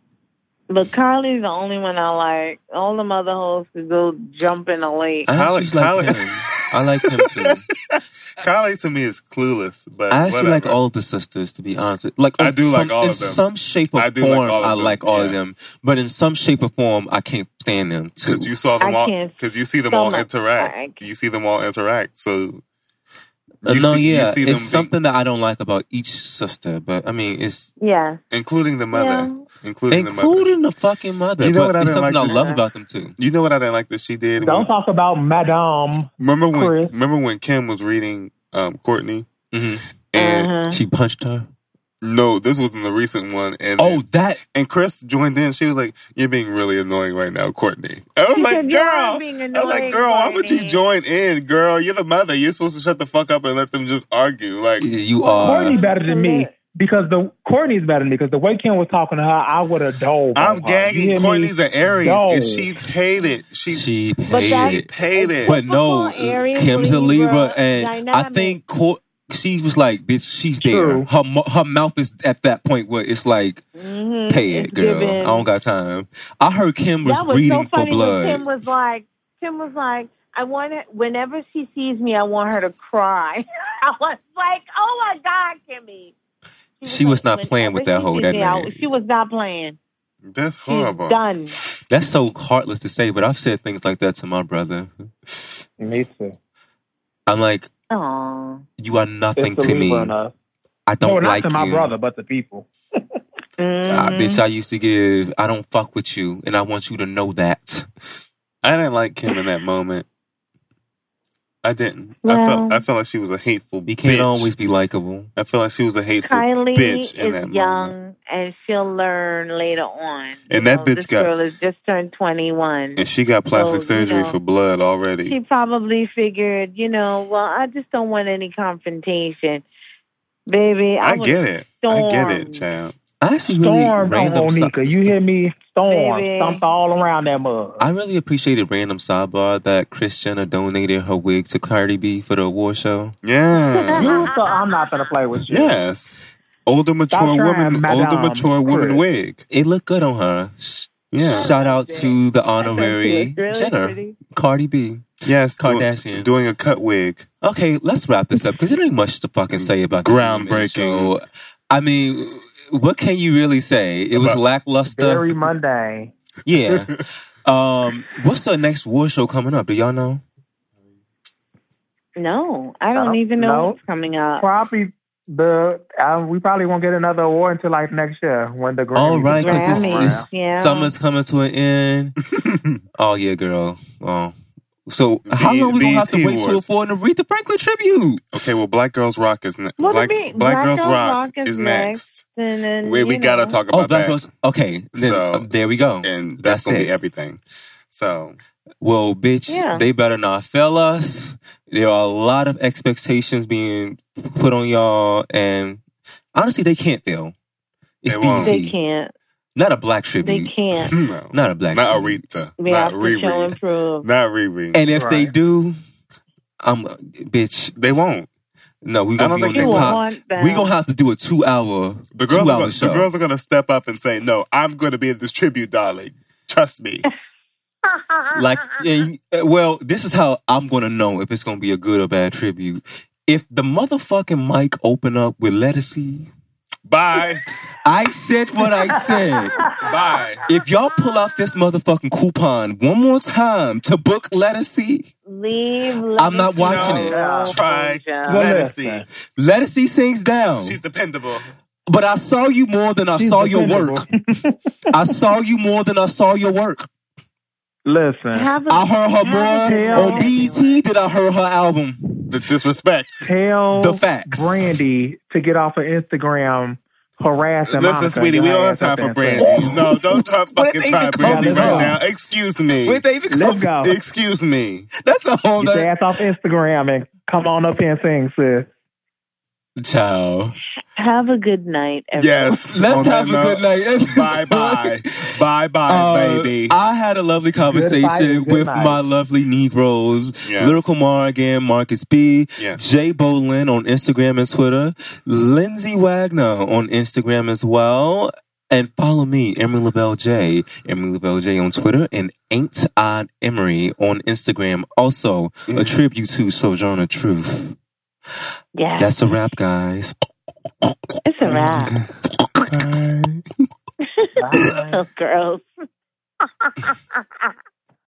[SPEAKER 4] But Kylie's the only one I like. All the mother hoes could go jump in a lake.
[SPEAKER 5] I
[SPEAKER 7] Kylie-
[SPEAKER 5] actually like
[SPEAKER 7] Kylie-
[SPEAKER 5] him. I like him too.
[SPEAKER 7] Kylie to me is clueless, but
[SPEAKER 5] I actually like
[SPEAKER 7] whatever.
[SPEAKER 5] all of the sisters, to be honest. Like
[SPEAKER 7] I
[SPEAKER 5] in
[SPEAKER 7] do like
[SPEAKER 5] some-
[SPEAKER 7] all
[SPEAKER 5] in
[SPEAKER 7] of them.
[SPEAKER 5] some shape or
[SPEAKER 7] I do like
[SPEAKER 5] form.
[SPEAKER 7] all of
[SPEAKER 5] I
[SPEAKER 7] them,
[SPEAKER 5] like all of
[SPEAKER 7] yeah.
[SPEAKER 5] them, but in some shape or form, I can't stand them too.
[SPEAKER 7] Because you saw them
[SPEAKER 4] I
[SPEAKER 7] all.
[SPEAKER 4] can't
[SPEAKER 7] Because you see them
[SPEAKER 4] so
[SPEAKER 7] all
[SPEAKER 4] much
[SPEAKER 7] interact.
[SPEAKER 4] like.
[SPEAKER 7] You see them all interact. So
[SPEAKER 5] Uh,
[SPEAKER 7] you
[SPEAKER 5] no,
[SPEAKER 7] see- you
[SPEAKER 5] yeah,
[SPEAKER 7] see them
[SPEAKER 5] it's
[SPEAKER 7] being-
[SPEAKER 5] something that I don't like about each sister. But I mean, it's
[SPEAKER 4] Yeah.
[SPEAKER 7] including the mother,
[SPEAKER 4] Yeah.
[SPEAKER 7] including, the mother.
[SPEAKER 5] including the fucking mother.
[SPEAKER 7] You know
[SPEAKER 5] but
[SPEAKER 7] what I
[SPEAKER 5] it's
[SPEAKER 7] didn't
[SPEAKER 5] something
[SPEAKER 7] like
[SPEAKER 5] I
[SPEAKER 7] this-
[SPEAKER 5] love about them too.
[SPEAKER 7] You know what I didn't like that she did.
[SPEAKER 6] Don't
[SPEAKER 7] when-
[SPEAKER 6] talk about Madame.
[SPEAKER 7] remember when?
[SPEAKER 6] Chris.
[SPEAKER 7] Remember when Kim was reading um, Courtney
[SPEAKER 5] hmm
[SPEAKER 7] and
[SPEAKER 4] Uh-huh.
[SPEAKER 5] She punched her.
[SPEAKER 4] Mm-hmm.
[SPEAKER 7] no, this was in the recent one. And
[SPEAKER 5] Oh, that
[SPEAKER 7] and Chris joined in. She was like, "You're being really annoying right now, Courtney." And I'm
[SPEAKER 4] She
[SPEAKER 7] like,
[SPEAKER 4] said, "You are
[SPEAKER 7] "Girl."
[SPEAKER 4] being
[SPEAKER 7] I'm like,
[SPEAKER 4] annoying,
[SPEAKER 7] girl, why would you
[SPEAKER 4] Courtney."
[SPEAKER 7] join in, girl? You're the mother. You're supposed to shut the fuck up and let them just argue. Like,
[SPEAKER 5] you
[SPEAKER 6] Courtney
[SPEAKER 5] are.
[SPEAKER 6] better than me because the Courtney's better than me because the way Kim was talking to her, I would have dove. on
[SPEAKER 7] I'm
[SPEAKER 6] her. You hear
[SPEAKER 7] gagging
[SPEAKER 6] me?
[SPEAKER 7] Courtney's an Aries,
[SPEAKER 6] No.
[SPEAKER 7] and she paid it. She
[SPEAKER 5] She
[SPEAKER 4] that-
[SPEAKER 5] paid
[SPEAKER 7] she
[SPEAKER 5] it.
[SPEAKER 7] paid it.
[SPEAKER 5] But no, uh,
[SPEAKER 4] Typical Aries,
[SPEAKER 5] Kim's a Libra,
[SPEAKER 4] Libra
[SPEAKER 5] and I
[SPEAKER 4] dynamic.
[SPEAKER 5] think Court. She was like, "Bitch, she's
[SPEAKER 6] True.
[SPEAKER 5] there." Her mo- her mouth is at that point where it's like,
[SPEAKER 4] Mhm.
[SPEAKER 5] "Pay it,
[SPEAKER 4] It's
[SPEAKER 5] girl.
[SPEAKER 4] given.
[SPEAKER 5] I don't got time." I heard Kim was,
[SPEAKER 4] that was
[SPEAKER 5] reading
[SPEAKER 4] so funny
[SPEAKER 5] for blood.
[SPEAKER 4] when Kim was like, Kim was like, I want it, whenever she sees me, I want her to cry. I was like, oh my God, Kimmy.
[SPEAKER 5] She was not playing with
[SPEAKER 4] whenever
[SPEAKER 5] that hoe
[SPEAKER 4] she
[SPEAKER 5] that
[SPEAKER 4] sees me, I-
[SPEAKER 5] night.
[SPEAKER 4] She was not playing.
[SPEAKER 7] That's
[SPEAKER 4] She's
[SPEAKER 7] horrible.
[SPEAKER 4] done.
[SPEAKER 5] That's so heartless to say, but I've said things like that to my brother.
[SPEAKER 6] Me too.
[SPEAKER 5] I'm like,
[SPEAKER 4] Aww.
[SPEAKER 5] you are nothing
[SPEAKER 6] It's
[SPEAKER 5] to
[SPEAKER 6] the
[SPEAKER 5] me.
[SPEAKER 6] Libra in us.
[SPEAKER 5] I don't
[SPEAKER 6] No, not
[SPEAKER 5] like
[SPEAKER 6] to my
[SPEAKER 5] you.
[SPEAKER 6] brother, but the people.
[SPEAKER 5] Ah,
[SPEAKER 4] Mm-hmm.
[SPEAKER 5] bitch, I used to give. I don't fuck with you, and I want you to know that.
[SPEAKER 7] I didn't like Kim in that moment. I didn't. I
[SPEAKER 4] Well-
[SPEAKER 7] felt I felt like she was a hateful
[SPEAKER 5] You can't
[SPEAKER 7] bitch.
[SPEAKER 5] always be likable.
[SPEAKER 7] I felt like she was a hateful
[SPEAKER 4] Kylie
[SPEAKER 7] bitch in that
[SPEAKER 4] is young,
[SPEAKER 7] moment.
[SPEAKER 4] and she'll learn later on.
[SPEAKER 7] And
[SPEAKER 4] You
[SPEAKER 7] that
[SPEAKER 4] know,
[SPEAKER 7] bitch
[SPEAKER 4] this
[SPEAKER 7] got-
[SPEAKER 4] girl has just turned twenty-one.
[SPEAKER 7] And she got plastic
[SPEAKER 4] So, you
[SPEAKER 7] surgery
[SPEAKER 4] know.
[SPEAKER 7] for blood already.
[SPEAKER 4] She probably figured, you know, well, I just don't want any confrontation, baby. I,
[SPEAKER 7] I get it. I
[SPEAKER 4] stormed.
[SPEAKER 7] get it, child.
[SPEAKER 5] I actually really
[SPEAKER 6] Storm on
[SPEAKER 5] random. si-
[SPEAKER 6] Onika. You hear me? Storm.
[SPEAKER 4] Baby.
[SPEAKER 6] Stomped all around that mug.
[SPEAKER 5] I really appreciated random sidebar that Kris Jenner donated her wig to Cardi B for the award show.
[SPEAKER 7] Yeah.
[SPEAKER 6] you so I'm not gonna play with you.
[SPEAKER 7] yes. Older mature
[SPEAKER 6] Stop trying,
[SPEAKER 7] woman. Older
[SPEAKER 6] Madame
[SPEAKER 7] mature woman
[SPEAKER 6] Chris.
[SPEAKER 7] wig.
[SPEAKER 5] It looked good on her. Sh-
[SPEAKER 7] Yeah.
[SPEAKER 5] Shout out
[SPEAKER 4] Yeah.
[SPEAKER 5] to the
[SPEAKER 4] I thought she
[SPEAKER 5] honorary
[SPEAKER 4] was really
[SPEAKER 5] Jenner,
[SPEAKER 4] pretty.
[SPEAKER 5] Cardi B.
[SPEAKER 7] Yes. doing-
[SPEAKER 5] Kardashian.
[SPEAKER 7] doing a cut wig.
[SPEAKER 5] Okay, let's wrap this up because there ain't much to fucking say about the
[SPEAKER 7] Groundbreaking.
[SPEAKER 5] Women Show. I mean, what can you really say? It was
[SPEAKER 7] About-
[SPEAKER 5] lackluster.
[SPEAKER 6] Very mundane.
[SPEAKER 5] yeah. Um, what's the next war show coming up? Do y'all know?
[SPEAKER 4] No, I don't
[SPEAKER 6] No,
[SPEAKER 4] even know
[SPEAKER 6] no.
[SPEAKER 4] what's coming up.
[SPEAKER 6] Probably the um, we probably won't get another award until like next year when the Grammys.
[SPEAKER 5] All right, because it's,
[SPEAKER 4] Grammys,
[SPEAKER 5] it's-
[SPEAKER 4] yeah.
[SPEAKER 5] summer's coming to an end. oh yeah, girl. Oh. So how
[SPEAKER 7] B-
[SPEAKER 5] long we gonna have to
[SPEAKER 7] BET
[SPEAKER 5] wait to
[SPEAKER 7] Awards.
[SPEAKER 5] afford an Aretha Franklin tribute?
[SPEAKER 7] Okay, well, Black Girls Rock is ne-
[SPEAKER 4] Well,
[SPEAKER 7] Black,
[SPEAKER 4] be-
[SPEAKER 7] Black,
[SPEAKER 4] Black
[SPEAKER 7] Girls,
[SPEAKER 4] Girls
[SPEAKER 7] Rock,
[SPEAKER 4] Rock is
[SPEAKER 7] is
[SPEAKER 4] next.
[SPEAKER 7] next.
[SPEAKER 4] And then,
[SPEAKER 7] We, we
[SPEAKER 4] you
[SPEAKER 7] gotta
[SPEAKER 4] know.
[SPEAKER 7] talk
[SPEAKER 5] Oh,
[SPEAKER 7] about
[SPEAKER 5] Black
[SPEAKER 7] that,
[SPEAKER 5] Girls. Okay, then
[SPEAKER 7] So-
[SPEAKER 5] uh, there we go.
[SPEAKER 7] and that's,
[SPEAKER 5] That's
[SPEAKER 7] gonna
[SPEAKER 5] it.
[SPEAKER 7] be everything. So
[SPEAKER 5] Well, bitch,
[SPEAKER 4] Yeah.
[SPEAKER 5] they better not fail us. There are a lot of expectations being put on y'all, and honestly, they can't fail. It's
[SPEAKER 7] They won't.
[SPEAKER 4] They
[SPEAKER 5] BET,
[SPEAKER 4] can't.
[SPEAKER 5] not a black
[SPEAKER 4] They
[SPEAKER 5] tribute,
[SPEAKER 4] can't.
[SPEAKER 7] no,
[SPEAKER 5] not a black
[SPEAKER 7] not
[SPEAKER 5] tribute.
[SPEAKER 7] Aretha,
[SPEAKER 4] We
[SPEAKER 7] not
[SPEAKER 4] have to show
[SPEAKER 7] Riri,
[SPEAKER 4] improve.
[SPEAKER 7] not Riri.
[SPEAKER 5] And if they
[SPEAKER 6] Right.
[SPEAKER 5] do, I'm bitch.
[SPEAKER 7] they won't.
[SPEAKER 5] No, we
[SPEAKER 7] I
[SPEAKER 5] gonna
[SPEAKER 7] don't
[SPEAKER 5] be on
[SPEAKER 7] think
[SPEAKER 4] you
[SPEAKER 5] this
[SPEAKER 7] they will.
[SPEAKER 5] pod.
[SPEAKER 4] want that.
[SPEAKER 5] We gonna have to do a two hour,
[SPEAKER 7] The
[SPEAKER 5] two
[SPEAKER 7] girls, are
[SPEAKER 5] hour
[SPEAKER 7] gonna,
[SPEAKER 5] show.
[SPEAKER 7] the girls are gonna step up and say, "No, I'm gonna be in this tribute, darling. Trust me."
[SPEAKER 5] like, and, uh, well, this is how I'm gonna know if it's gonna be a good or bad tribute. If the motherfucking mic open up with Lettucey,
[SPEAKER 7] Bye,
[SPEAKER 5] I said what I said.
[SPEAKER 7] bye.
[SPEAKER 5] if y'all pull out this motherfucking coupon one more time to book Lettucey,
[SPEAKER 4] leave.
[SPEAKER 5] I'm not watching
[SPEAKER 7] No,
[SPEAKER 5] it.
[SPEAKER 4] alone,
[SPEAKER 7] Try
[SPEAKER 4] Joe.
[SPEAKER 6] Well,
[SPEAKER 7] Lettucey.
[SPEAKER 6] listen.
[SPEAKER 5] Lettucey sings down.
[SPEAKER 7] She's dependable.
[SPEAKER 5] but I saw you more than I
[SPEAKER 6] She's
[SPEAKER 5] saw your work.
[SPEAKER 6] dependable.
[SPEAKER 5] I saw you more than I saw your work.
[SPEAKER 6] Listen,
[SPEAKER 4] Have a-
[SPEAKER 5] I heard her
[SPEAKER 4] have a
[SPEAKER 5] more on
[SPEAKER 4] tail.
[SPEAKER 5] BET than I heard her album.
[SPEAKER 7] The disrespect.
[SPEAKER 6] tell
[SPEAKER 5] The facts.
[SPEAKER 6] Brandy to get off of Instagram harassing.
[SPEAKER 7] Listen,
[SPEAKER 6] Monica,
[SPEAKER 7] sweetie, we
[SPEAKER 6] your
[SPEAKER 7] don't have
[SPEAKER 6] ass
[SPEAKER 7] time
[SPEAKER 6] up
[SPEAKER 7] for
[SPEAKER 6] there.
[SPEAKER 7] Brandy. No, don't try
[SPEAKER 5] Where
[SPEAKER 7] fucking
[SPEAKER 5] they
[SPEAKER 7] try
[SPEAKER 5] even
[SPEAKER 7] Brandy
[SPEAKER 6] come
[SPEAKER 7] right
[SPEAKER 6] from?
[SPEAKER 7] now. Excuse me.
[SPEAKER 5] Wait, they even
[SPEAKER 6] Let's
[SPEAKER 5] come.
[SPEAKER 6] go.
[SPEAKER 7] Excuse me.
[SPEAKER 5] That's a whole
[SPEAKER 6] Get your
[SPEAKER 5] nother
[SPEAKER 6] ass off Instagram and come on up here and sing, sis.
[SPEAKER 5] child.
[SPEAKER 4] have a good night. everyone.
[SPEAKER 7] Yes.
[SPEAKER 5] Let's
[SPEAKER 7] On
[SPEAKER 5] have a
[SPEAKER 7] that
[SPEAKER 5] good
[SPEAKER 7] note,
[SPEAKER 5] night.
[SPEAKER 7] Bye bye. bye bye,
[SPEAKER 5] Uh,
[SPEAKER 7] baby.
[SPEAKER 5] I had a lovely conversation
[SPEAKER 6] and good
[SPEAKER 5] with
[SPEAKER 6] night.
[SPEAKER 5] my lovely Negroes,
[SPEAKER 7] Yes.
[SPEAKER 5] Lyrical Mar again, Marcus B,
[SPEAKER 7] Yes.
[SPEAKER 5] Jay Bolin on Instagram and Twitter, Lindsay Wagner on Instagram as well. And follow me, Emery LaBelle J, Emery LaBelle J on Twitter, and Ain't Odd Emery on Instagram. Also, a tribute to Sojourner Truth.
[SPEAKER 4] Yeah.
[SPEAKER 5] That's a wrap, guys.
[SPEAKER 4] it's a wrap. Oh,
[SPEAKER 7] Bye.
[SPEAKER 4] girls.